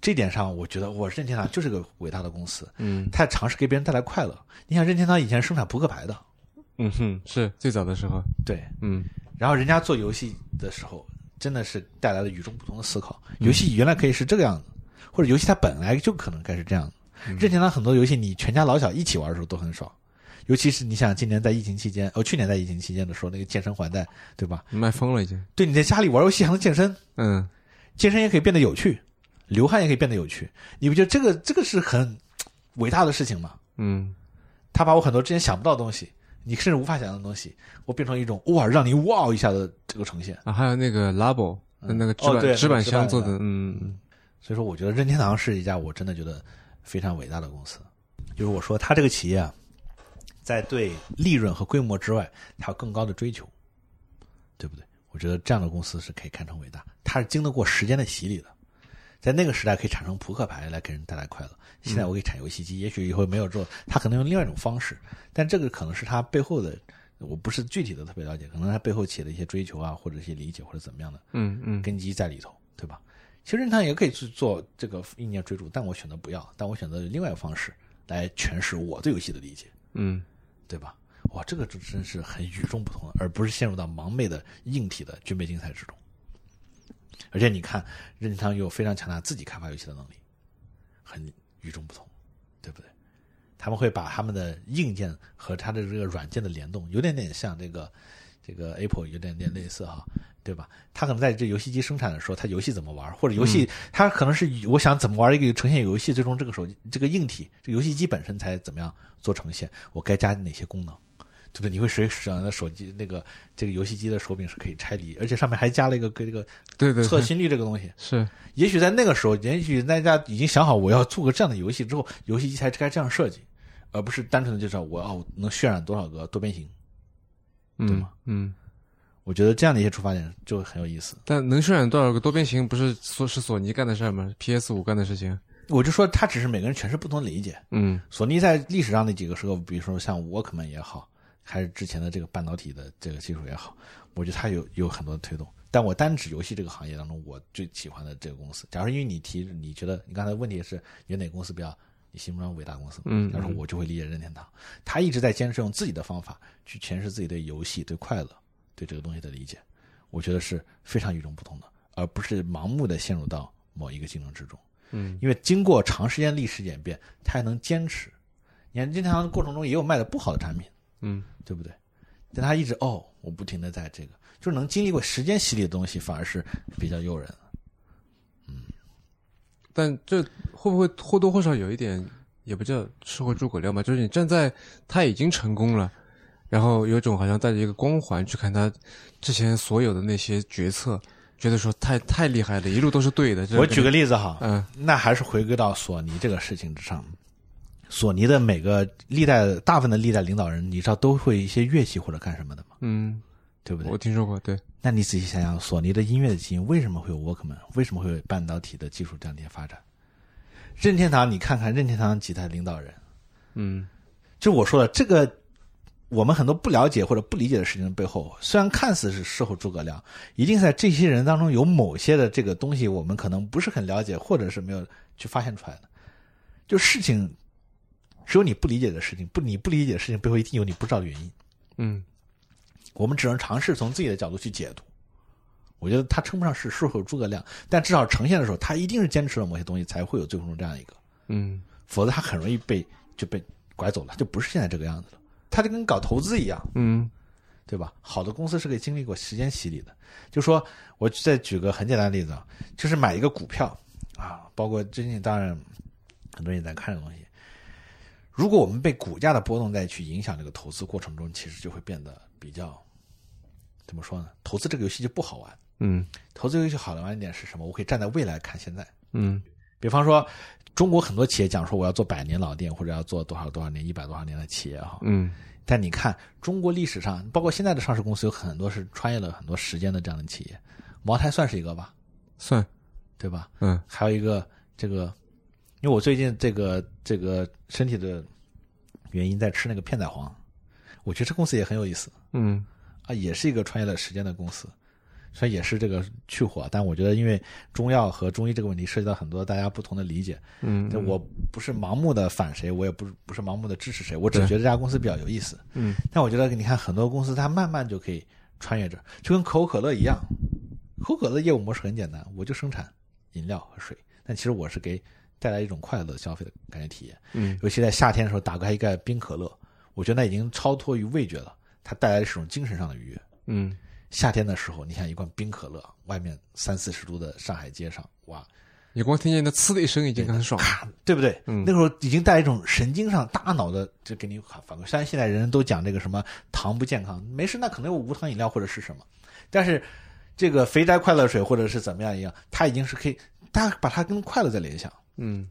这点上，我觉得我任天堂就是个伟大的公司，
嗯
它尝试给别人带来快乐。你想，任天堂以前生产扑克牌的，
嗯哼，是最早的时候，
对，
嗯
然后人家做游戏的时候，真的是带来了与众不同的思考。游戏原来可以是这个样子，或者游戏它本来就可能该是这样的。任天堂很多游戏，你全家老小一起玩的时候都很爽，尤其是你想今年在疫情期间，哦，去年在疫情期间的时候，那个健身环带，对吧？
卖疯了已经，
对，你在家里玩游戏还能健身，
嗯
健身也可以变得有趣，流汗也可以变得有趣，你不觉得这个这个是很嘖伟大的事情吗？
嗯
他把我很多之前想不到的东西，你甚至无法想象的东西，我变成一种哇，让你哇一下的这个呈现。
啊，还有那个 Labo
嗯
那个纸
哦对
板纸
那个
板
纸
箱
板
做
的
的，嗯
所以说，我觉得任天堂是一家我真的觉得非常伟大的公司。就是我说，它这个企业啊，在对利润和规模之外，它有更高的追求，对不对？我觉得这样的公司是可以看成伟大，它是经得过时间的洗礼的。在那个时代可以产生扑克牌来给人带来快乐，现在我可以产游戏机，也许以后没有之后，它可能用另外一种方式，但这个可能是它背后的，我不是具体的特别了解，可能它背后企业的一些追求啊，或者一些理解或者怎么样的，
嗯嗯
根基在里头，对吧？其实任天堂也可以去做这个意念追逐，但我选择不要，但我选择另外一个方式来诠释我对游戏的理解，
嗯
对吧？哇，这个真真是很与众不同的，而不是陷入到盲昧的硬体的军备竞赛之中。而且你看，任天堂有非常强大自己开发游戏的能力，很与众不同，对不对？他们会把他们的硬件和它的这个软件的联动，有点点像这个这个 Apple 有点点类似哈，对吧？它可能在这游戏机生产的时候，它游戏怎么玩，或者游戏、它可能是以我想怎么玩一个呈现游戏，最终这个手机这个硬体这个游戏机本身才怎么样做呈现，我该加哪些功能，对不对？你会谁想的手机那个这个游戏机的手柄是可以拆离，而且上面还加了一个跟这个
对对
测
对
心率这个东西，
是
也许在那个时候，也许大家已经想好我要做个这样的游戏之后，游戏机才该这样设计，而不是单纯的就是我要能渲染多少个多边形。对
嗯
吗
嗯，
我觉得这样的一些出发点就很有意思。
但能渲染多少个多边形不是索是索尼干的事儿吗？PS 五干的事情，
我就说，它只是每个人诠释不同的理解。
嗯
索尼在历史上那几个时候，比如说像 Walkman 也好，还是之前的这个半导体的这个技术也好，我觉得它有有很多的推动。但我单指游戏这个行业当中，我最喜欢的这个公司，假如因为你提，你觉得你刚才问题是有哪个公司比较你心目中伟大公司？
嗯
假如说我就会理解任天堂，他一直在坚持用自己的方法去诠释自己对游戏、对快乐、对这个东西的理解，我觉得是非常与众不同的，而不是盲目的陷入到某一个竞争之中。
嗯
因为经过长时间历史演变，它还能坚持。你看任天堂的过程中也有卖的不好的产品，
嗯
对不对？但他一直哦，我不停的在这个，就是能经历过时间洗礼的东西，反而是比较诱人。
但这会不会或多或少有一点，也不叫吃回诸葛亮吧？就是你站在他已经成功了，然后有一种好像带着一个光环去看他之前所有的那些决策，觉得说太太厉害了，一路都是对的。这
我举个例子哈，
嗯
那还是回归到索尼这个事情之上。索尼的每个历代大部分的历代领导人，你知道都会一些乐器或者干什么的嘛，
嗯，
对不对
我？听说过，对，
那你仔细想想，索尼的音乐的基因为什么会有 Walkman？为什么会有半导体的技术这样的一些发展？任天堂，你看看任天堂几代领导人，
嗯
就我说的这个，我们很多不了解或者不理解的事情的背后，虽然看似是事后诸葛亮，一定在这些人当中有某些的这个东西，我们可能不是很了解，或者是没有去发现出来的。就事情，只有你不理解的事情，不你不理解的事情背后一定有你不知道的原因。
嗯
我们只能尝试从自己的角度去解读。我觉得他称不上是是否有诸葛亮，但至少呈现的时候，他一定是坚持了某些东西，才会有最终这样一个，
嗯
否则他很容易被就被拐走了，就不是现在这个样子了。他就跟搞投资一样，
嗯
对吧？好的公司是可以经历过时间洗礼的。就说我再举个很简单的例子啊，就是买一个股票啊，包括最近当然很多人也在看这个东西。如果我们被股价的波动再去影响这个投资过程中，其实就会变得比较怎么说呢？投资这个游戏就不好玩。
嗯
投资游戏好玩一点是什么？我可以站在未来看现在。
嗯
比方说，中国很多企业讲说我要做百年老店，或者要做多少多少年、一百多少年的企业哈。
嗯
但你看，中国历史上，包括现在的上市公司，有很多是穿越了很多时间的这样的企业，茅台算是一个吧，
算
对吧？
嗯
还有一个这个，因为我最近这个这个身体的原因在吃那个片仔癀，我觉得这公司也很有意思
嗯
啊，也是一个穿越了时间的公司，虽然也是这个去火，但我觉得因为中药和中医这个问题涉及到很多大家不同的理解，
嗯
就我不是盲目的反谁，我也不是不是盲目的支持谁，我只
对
觉得这家公司比较有意思。
嗯，
但我觉得你看很多公司，它慢慢就可以穿越着，就跟可口可乐一样，可口可乐业务模式很简单，我就生产饮料和水，但其实我是给带来一种快乐的消费的感觉体验，
嗯
尤其在夏天的时候打开一盖冰可乐，我觉得那已经超脱于味觉了，它带来的是一种精神上的愉悦。
嗯
夏天的时候，你想一罐冰可乐，外面三四十度的上海街上，哇，
你光听见那“呲”的一声已经很爽了。
对不对？
嗯
那个时候已经带来一种神经上、大脑的，就给你反馈。虽然现在人都讲这个什么糖不健康，没事，那可能有无糖饮料或者是什么，但是这个肥宅快乐水或者是怎么样一样，它已经是可以，大家把它跟快乐在联想，
嗯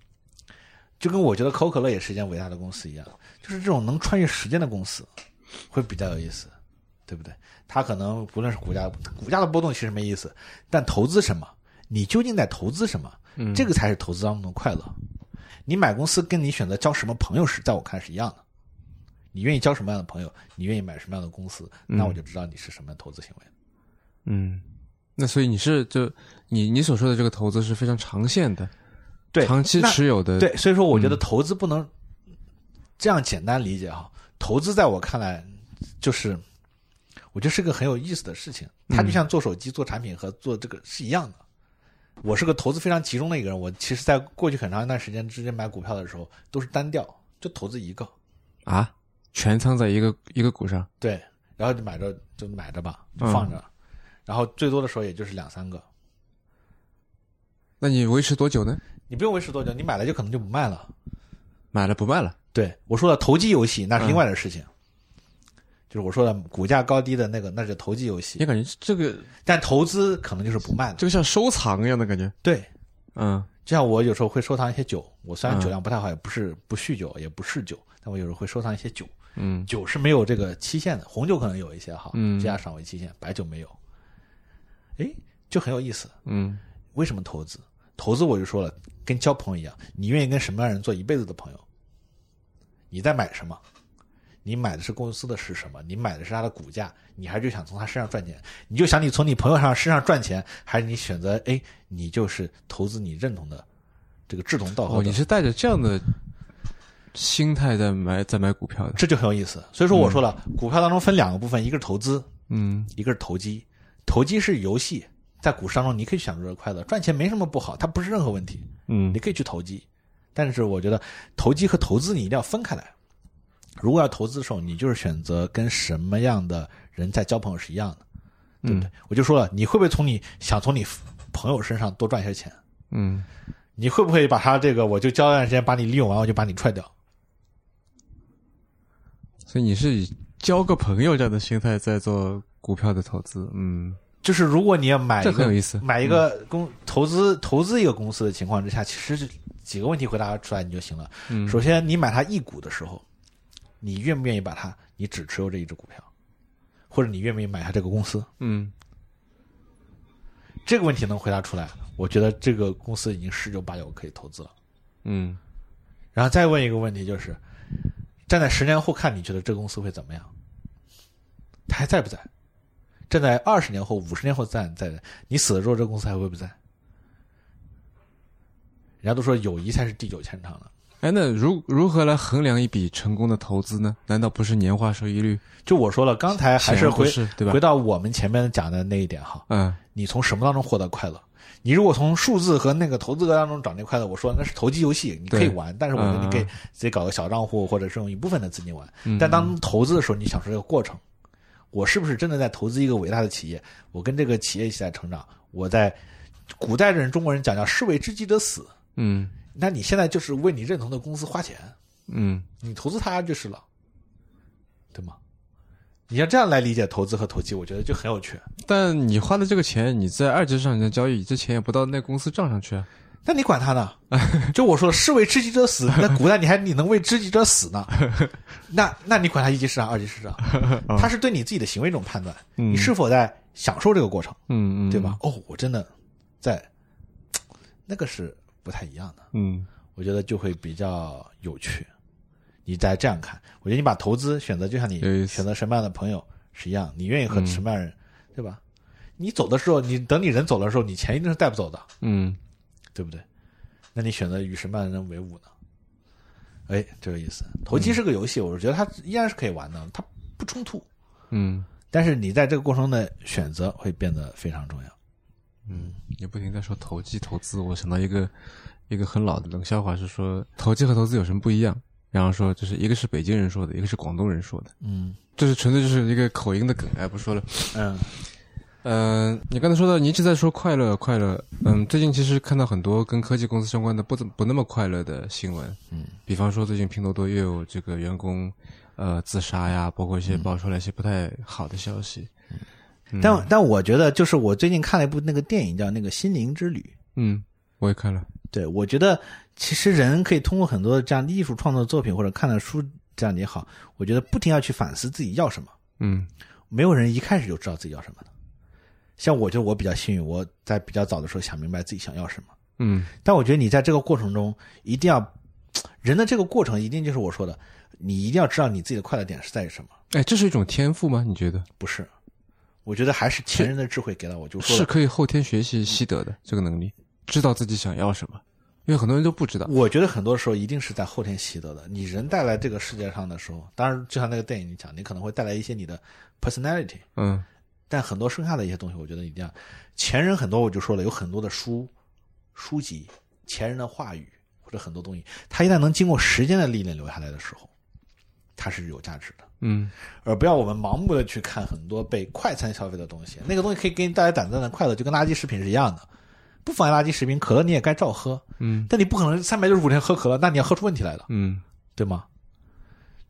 就跟我觉得可口可乐也是一间伟大的公司一样，就是这种能穿越时间的公司，会比较有意思，对不对？它可能不论是股价，股价的波动其实没意思，但投资什么，你究竟在投资什么？
嗯，
这个才是投资当中的快乐。你买公司跟你选择交什么朋友是，在我看是一样的。你愿意交什么样的朋友，你愿意买什么样的公司，那我就知道你是什么样的投资行为。
嗯，那所以你是就你你所说的这个投资是非常长线的，
对，
长期
那
持有的，
对，所以说我觉得投资不能这样简单理解哈。投资在我看来，就是我觉得是个很有意思的事情。它就像做手机、做产品和做这个是一样的。我是个投资非常集中的一个人，我其实在过去很长一段时间之间买股票的时候都是单调，就投资一个。
啊，全仓在一个一个股上，
对，然后就买着就买着吧，就放着，然后最多的时候也就是两三个，
那你维持多久呢？
你不用维持多久，你买了就可能就不卖了。
买了不卖了？
对我说的投机游戏那是另
嗯
外的事情，就是我说的股价高低的那个那是投机游戏
你，感觉这个
但投资可能就是不卖的。
这个像收藏一样的感觉，
对，
嗯
就像我有时候会收藏一些酒，我虽然
嗯
酒量不太好，也不是不酗酒，也不嗜酒，但我有时候会收藏一些酒。
嗯
酒是没有这个期限的，红酒可能有一些哈，
嗯
这样赏味期限，白酒没有。哎，就很有意思。
嗯
为什么投资？投资我就说了，跟交朋友一样，你愿意跟什么样的人做一辈子的朋友？你在买什么？你买的是公司的是什么？你买的是它的股价？你还是想从他身上赚钱？你就想你从你朋友上身上赚钱，还是你选择哎，你就是投资你认同的这个志同道合
哦，
的？
你是带着这样的心态在买在买股票的，
这就很有意思。所以说我说了，股票当中分两个部分，一个是投资，
嗯
一个是投机。投机是游戏，在股市当中你可以享受这个快乐，赚钱没什么不好，它不是任何问题。
嗯
你可以去投机，但是我觉得投机和投资你一定要分开来。如果要投资的时候，你就是选择跟什么样的人在交朋友是一样的，对不对？我就说了，你会不会从你想从你朋友身上多赚一些钱？
嗯，
你会不会把他这个我就交一段时间把你利用完，我就把你踹掉？
所以你是以交个朋友这样的心态在做股票的投资，嗯
就是如果你要买一
这很有
个
意思嗯
买一个公投资投资一个公司的情况之下，其实是几个问题回答出来你就行了。
嗯
首先，你买它一股的时候，你愿不愿意把它你只持有这一只股票，或者你愿不愿意买它这个公司？
嗯
这个问题能回答出来，我觉得这个公司已经十有八九可以投资了。
嗯
然后再问一个问题，就是站在十年后看，你觉得这个公司会怎么样？它还在不在？站在二十年后、五十年后在不在？你死了之后，这个公司还会不在？人家都说友谊才是地久天长呢，
哎，那如如何来衡量一笔成功的投资呢？难道不是年化收益率？
就我说了，刚才还
显然不
回
是对吧
回？到我们前面讲的那一点哈，
嗯，
你从什么当中获得快乐？你如果从数字和那个投资额当中找那快乐，我说那是投机游戏，你可以
对
玩，但是我觉得
嗯
你可以自己搞个小账户，或者是用一部分的资金玩。但当
嗯
投资的时候，你享受这个过程，我是不是真的在投资一个伟大的企业？我跟这个企业一起在成长，我在古代人中国人讲叫“士为知己者死
嗯”，
那你现在就是为你认同的公司花钱，
嗯
你投资它就是了，对吗？你要这样来理解投资和投机，我觉得就很有趣。
但你花的这个钱，你在二级市场上交易之前也不到那公司账上去啊。
那你管他呢？ 就我说了，士为知己者死。 那古代你还你能为知己者死呢？那那你管他一级市场、二级 市场？他是对你自己的行为一种判断，
啊嗯
你是否在享受这个过程，
嗯嗯，
对吧？？哦，我真的在，那个是不太一样的。
嗯
我觉得就会比较有趣。你再这样看，我觉得你把投资选择，就像你
有意思嗯
选择什么样的朋友是一样，你愿意和什么样的人，对吧？你走的时候，你等你人走的时候，你钱一定是带不走的。
嗯，
对不对？那你选择与什么样的人为伍呢？哎，这个意思。投机是个游戏，我是觉得它依然是可以玩的，它不冲突。
嗯
但是你在这个过程的选择会变得非常重要。
嗯，你不停在说投机投资，我想到一个一个很老的冷笑话，是说投机和投资有什么不一样？然后说，就是一个是北京人说的，一个是广东人说的，
嗯
这是纯粹就是一个口音的梗，哎，不说了。
嗯
嗯、你刚才说到你一直在说快乐快乐，嗯，最近其实看到很多跟科技公司相关的不怎不那么快乐的新闻，
嗯，
比方说最近拼多多又有这个员工呃自杀呀，包括一些爆出来一些不太好的消息，
但但我觉得，就是我最近看了一部那个电影，叫那个《心灵之旅》。
嗯，我也看了，
对，我觉得其实人可以通过很多这样的艺术创作作品或者看的书这样也好，我觉得不停要去反思自己要什么。
嗯
没有人一开始就知道自己要什么的。像我觉得我比较幸运，我在比较早的时候想明白自己想要什么。
嗯
但我觉得你在这个过程中，一定要人的这个过程，一定就是我说的，你一定要知道你自己的快乐点是在于什么。
哎，这是一种天赋吗？你觉得
不是，我觉得还是前人的智慧给到我，就是说了，
可以后天学习习得的这个能力，知道自己想要什么，因为很多人都不知道。
我觉得很多时候一定是在后天习得的。你人带来这个世界上的时候，当然就像那个电影你讲，你可能会带来一些你的 personality，
嗯
但很多剩下的一些东西，我觉得一定要前人很多，我就说了，有很多的书、书籍、前人的话语或者很多东西，它一旦能经过时间的历练留下来的时候，它是有价值的。
嗯
而不要我们盲目的去看很多被快餐消费的东西。那个东西可以给你带来短暂的快乐，就跟垃圾食品是一样的。不妨碍垃圾食品，可乐你也该照喝，
嗯
但你不可能三百六十五天喝可乐，那你要喝出问题来了，
嗯
对吗？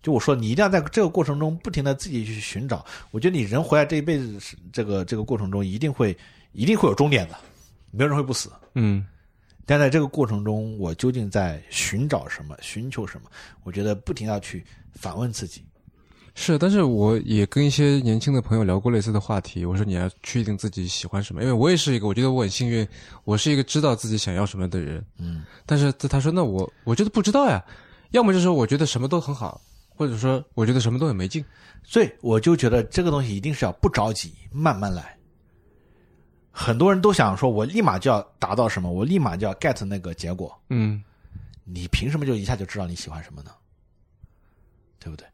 就我说，你一定要在这个过程中不停的自己去寻找。我觉得你人活在这一辈子是这个这个过程中，一定会一定会有终点的，没有人会不死。
嗯
但在这个过程中，我究竟在寻找什么，寻求什么？我觉得不停要去反问自己。
是，但是我也跟一些年轻的朋友聊过类似的话题。我说你要确定自己喜欢什么，因为我也是一个，我觉得我很幸运，我是一个知道自己想要什么的人。
嗯，
但是他说那我我觉得不知道呀，要么就是我觉得什么都很好，或者说我觉得什么都很没劲。
所以我就觉得这个东西一定是要不着急，慢慢来。很多人都想说，我立马就要达到什么，我立马就要 get 那个结果。
嗯
你凭什么就一下就知道你喜欢什么呢？对不对？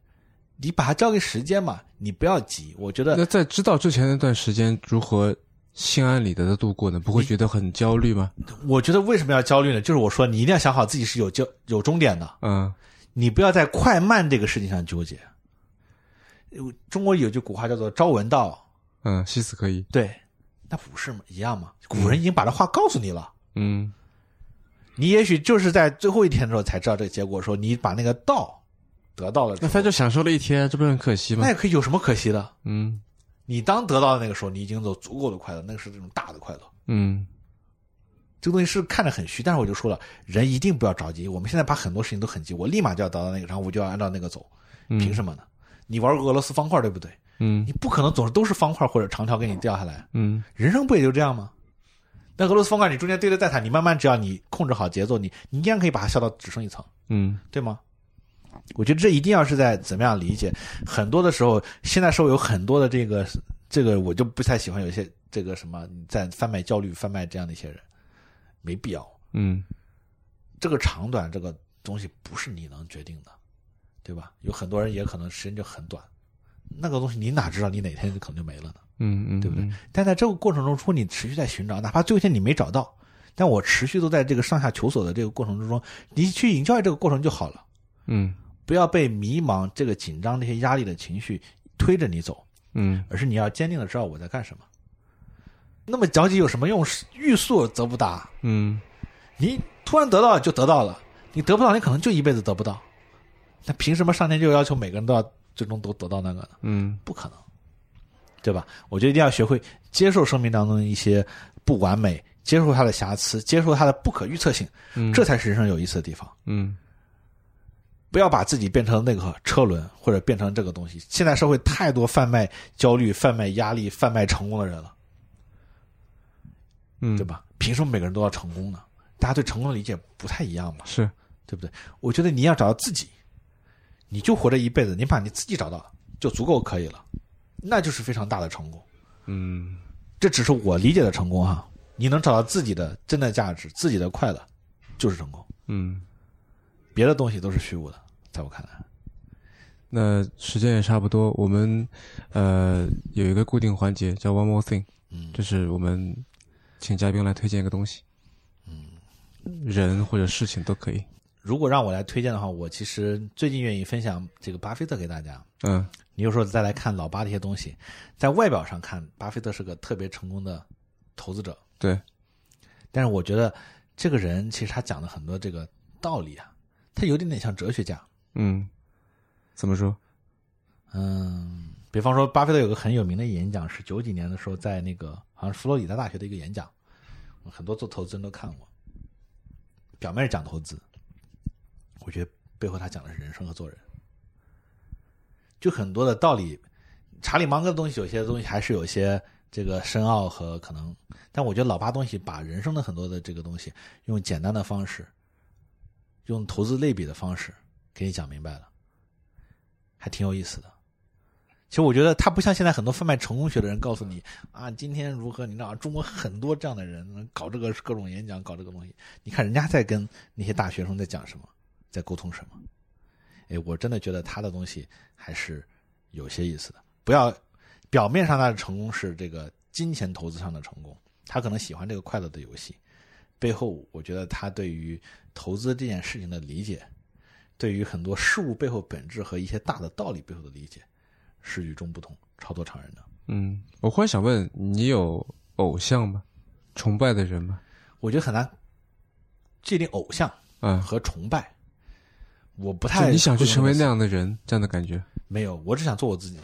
你把它交给时间嘛，你不要急。我觉得
嗯那在知道之前那段时间如何心安理得的度过呢？不会觉得很焦虑吗？
我觉得为什么要焦虑呢？就是我说你一定要想好自己是有焦有终点的，
嗯
你不要在快慢这个事情上纠结。呃中国有句古话叫做“朝闻道
嗯，希死可以。”，
对，那不是吗？一样嘛。古人已经把这话告诉你了，
嗯
你也许就是在最后一天的时候才知道这个结果的时候，说你把那个道得到了之
那
后，
他就享受了一天，这不是很可惜吗
那？也可以有什么可惜的？
嗯
你当得到的那个时候，你已经有足够的快乐，那个是这种大的快乐。
嗯
这个东西是看着很虚，但是我就说了，人一定不要着急。我们现在把很多事情都很急，我立马就要达到那个，然后我就要按照那个走，
嗯
凭什么呢？你玩俄罗斯方块对不对？
嗯
你不可能总是都是方块或者长条给你掉下来，
嗯
人生不也就这样吗？那俄罗斯方块你中间堆的再惨，你慢慢只要你控制好节奏，你你依然可以把它削到只剩一层。
嗯
对吗？我觉得这一定要是在怎么样理解。很多的时候，现在社会有很多的这个这个，我就不太喜欢有一些这个什么你在贩卖焦虑、贩卖这样的一些人，没必要。
嗯
这个长短，这个东西不是你能决定的，对吧？有很多人也可能时间就很短，那个东西你哪知道你哪天可能就没了呢？
嗯嗯，
对不对
嗯？
但在这个过程中，如果你持续在寻找，哪怕最后一天你没找到，但我持续都在这个上下求索的这个过程之中，你去 enjoy 这个过程就好了，
嗯
不要被迷茫、这个紧张、这些压力的情绪推着你走，
嗯
而是你要坚定的知道我在干什么。那么着急有什么用？欲速则不达。
嗯
你突然得到了就得到了，你得不到，你可能就一辈子得不到。那凭什么上天就要求每个人都要最终都得到那个呢？
嗯
不可能，对吧？我觉得一定要学会接受生命当中的一些不完美，接受它的瑕疵，接受它的不可预测性，
嗯，
这才是人生有意思的地方。
嗯
不要把自己变成那个车轮，或者变成这个东西。现在社会太多贩卖焦虑、贩卖压力、贩卖成功的人了，
嗯，
对？吧？凭什么每个人都要成功呢？大家对成功的理解不太一样嘛。
是，
对不对？我觉得你要找到自己，你就活这一辈子，你把你自己找到了，就足够可以了，那就是非常大的成功。
嗯
这只是我理解的成功哈、你能找到自己的真的价值、自己的快乐，就是成功，
嗯。
别的东西都是虚无的，在我看来。
那时间也差不多，我们呃有一个固定环节叫 One More Thing，
嗯
就是我们请嘉宾来推荐一个东西，嗯，人或者事情都可以，
如果让我来推荐的话，我其实最近愿意分享这个巴菲特给大家。
嗯
你有时候再来看老巴这些东西，在外表上看，巴菲特是个特别成功的投资者，
对，
但是我觉得这个人其实他讲的很多这个道理啊，他有点点像哲学家。
嗯，怎么说？
嗯，比方说巴菲特有个很有名的演讲是九几年的时候在那个好像是佛罗里达大学的一个演讲，很多做投资人都看过。表面是讲投资，我觉得背后他讲的是人生和做人，就很多的道理。查理芒格的东西，有些东西还是有些这个深奥和可能，但我觉得老八东西把人生的很多的这个东西，用简单的方式，用投资类比的方式给你讲明白了，还挺有意思的。其实我觉得他不像现在很多贩卖成功学的人告诉你啊，今天如何，你知道中国很多这样的人搞这个各种演讲，搞这个东西。你看人家在跟那些大学生在讲什么，在沟通什么。哎，我真的觉得他的东西还是有些意思的。不要表面上他的成功是这个金钱投资上的成功，他可能喜欢这个快乐的游戏，背后我觉得他对于投资这件事情的理解，对于很多事物背后本质和一些大的道理背后的理解。是与众不同，超脱常人的。
嗯，我忽然想问，你有偶像吗？崇拜的人吗？
我觉得很难界定偶像
啊，
和崇拜，我不
就
太
你想去
会用
成为那
这个词
样的人，这样的感觉
没有，我只想做我自己。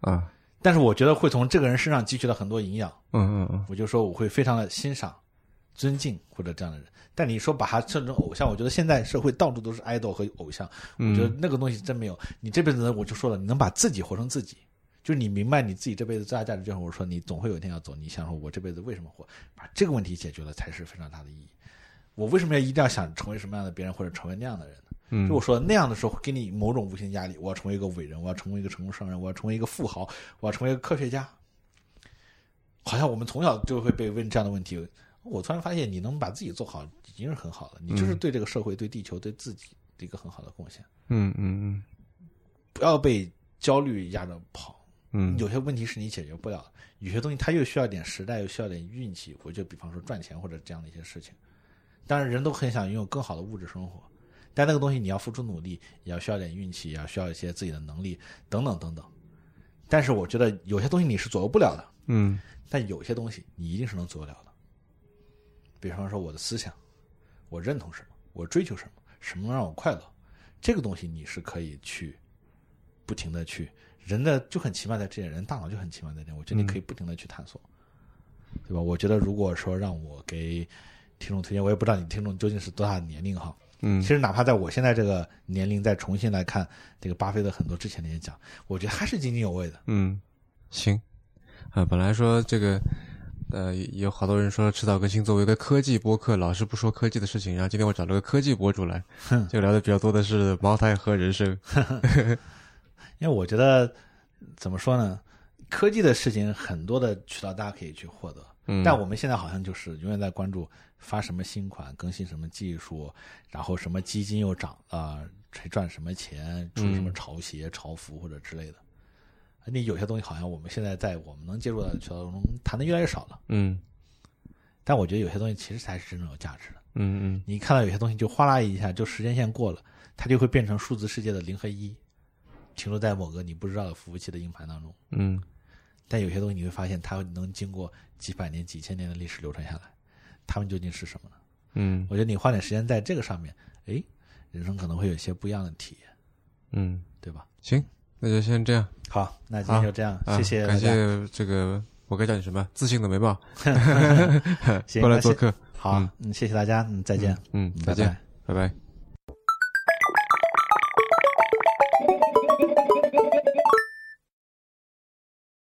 啊，
但是我觉得会从这个人身上汲取到很多营养，
嗯嗯嗯，
我就说我会非常的欣赏、尊敬或者这样的人。但你说把他称成偶像，我觉得现在社会到处都是 idol 和偶像，我觉得那个东西真没有。你这辈子呢我就说了，你能把自己活成自己，就是你明白你自己这辈子最大价值，就像我说，你总会有一天要走。你想说，我这辈子为什么活？把这个问题解决了，才是非常大的意义。我为什么要一定要想成为什么样的别人，或者成为那样的人呢？
嗯
就我说那样的时候，会给你某种无形的压力。我要成为一个伟人，我要成为一个成功商人，我要成为一个富豪，我要成为一个科学家。好像我们从小就会被问这样的问题。我突然发现，你能把自己做好，已经是很好了。你就是对这个社会、对地球、对自己的一个很好的贡献。
嗯嗯
不要被焦虑压着跑。
嗯嗯
有些问题是你解决不了的，有些东西它又需要点时代，又需要点运气。我就比方说赚钱或者这样的一些事情。当然，人都很想拥有更好的物质生活，但那个东西你要付出努力，也要需要点运气，也要需要一些自己的能力等等等等。但是我觉得有些东西你是左右不了的，
嗯
但有些东西你一定是能左右了的。比方说我的思想，我认同什么，我追求什么，什么能让我快乐，这个东西你是可以去不停的去。人的就很奇妙在这点，人大脑就很奇妙在这点，我觉得你可以不停的去探索，对吧？我觉得如果说让我给听众推荐，我也不知道你听众究竟是多大的年龄哈。
嗯
其实哪怕在我现在这个年龄再重新来看这个巴菲特很多之前的演讲，我觉得还是津津有味的。
嗯，行，啊，本来说这个，呃，有好多人说迟早更新作为一个科技播客，老是不说科技的事情，然后今天我找了个科技博主来，就聊的比较多的是茅台和人参。
因为我觉得怎么说呢，科技的事情很多的渠道大家可以去获得，
嗯，
但我们现在好像就是永远在关注发什么新款、更新什么技术，然后什么基金又涨了，谁赚什么钱，出什么
嗯
潮鞋、潮服或者之类的。你有些东西好像我们现在在我们能接触到的渠道中谈的越来越少了，
嗯
但我觉得有些东西其实才是真正有价值的。
嗯
你看到有些东西就哗啦一下，就时间线过了，它就会变成数字世界的零和一，停留在某个你不知道的服务器的硬盘当中。
嗯
但有些东西你会发现，它能经过几百年、几千年的历史流传下来，它们究竟是什么呢？
嗯
我觉得你花点时间在这个上面，诶，人生可能会有一些不一样的体验，
嗯，
对吧？
行，那就先这样。
好，那今天就这样，
啊、
谢谢大
感
家，
谢这个，我该叫你什么？自信的眉毛
行
过来
那
做
谢
客，
好，嗯，谢谢大家，嗯，再见，
嗯，再
拜
见，
拜
拜拜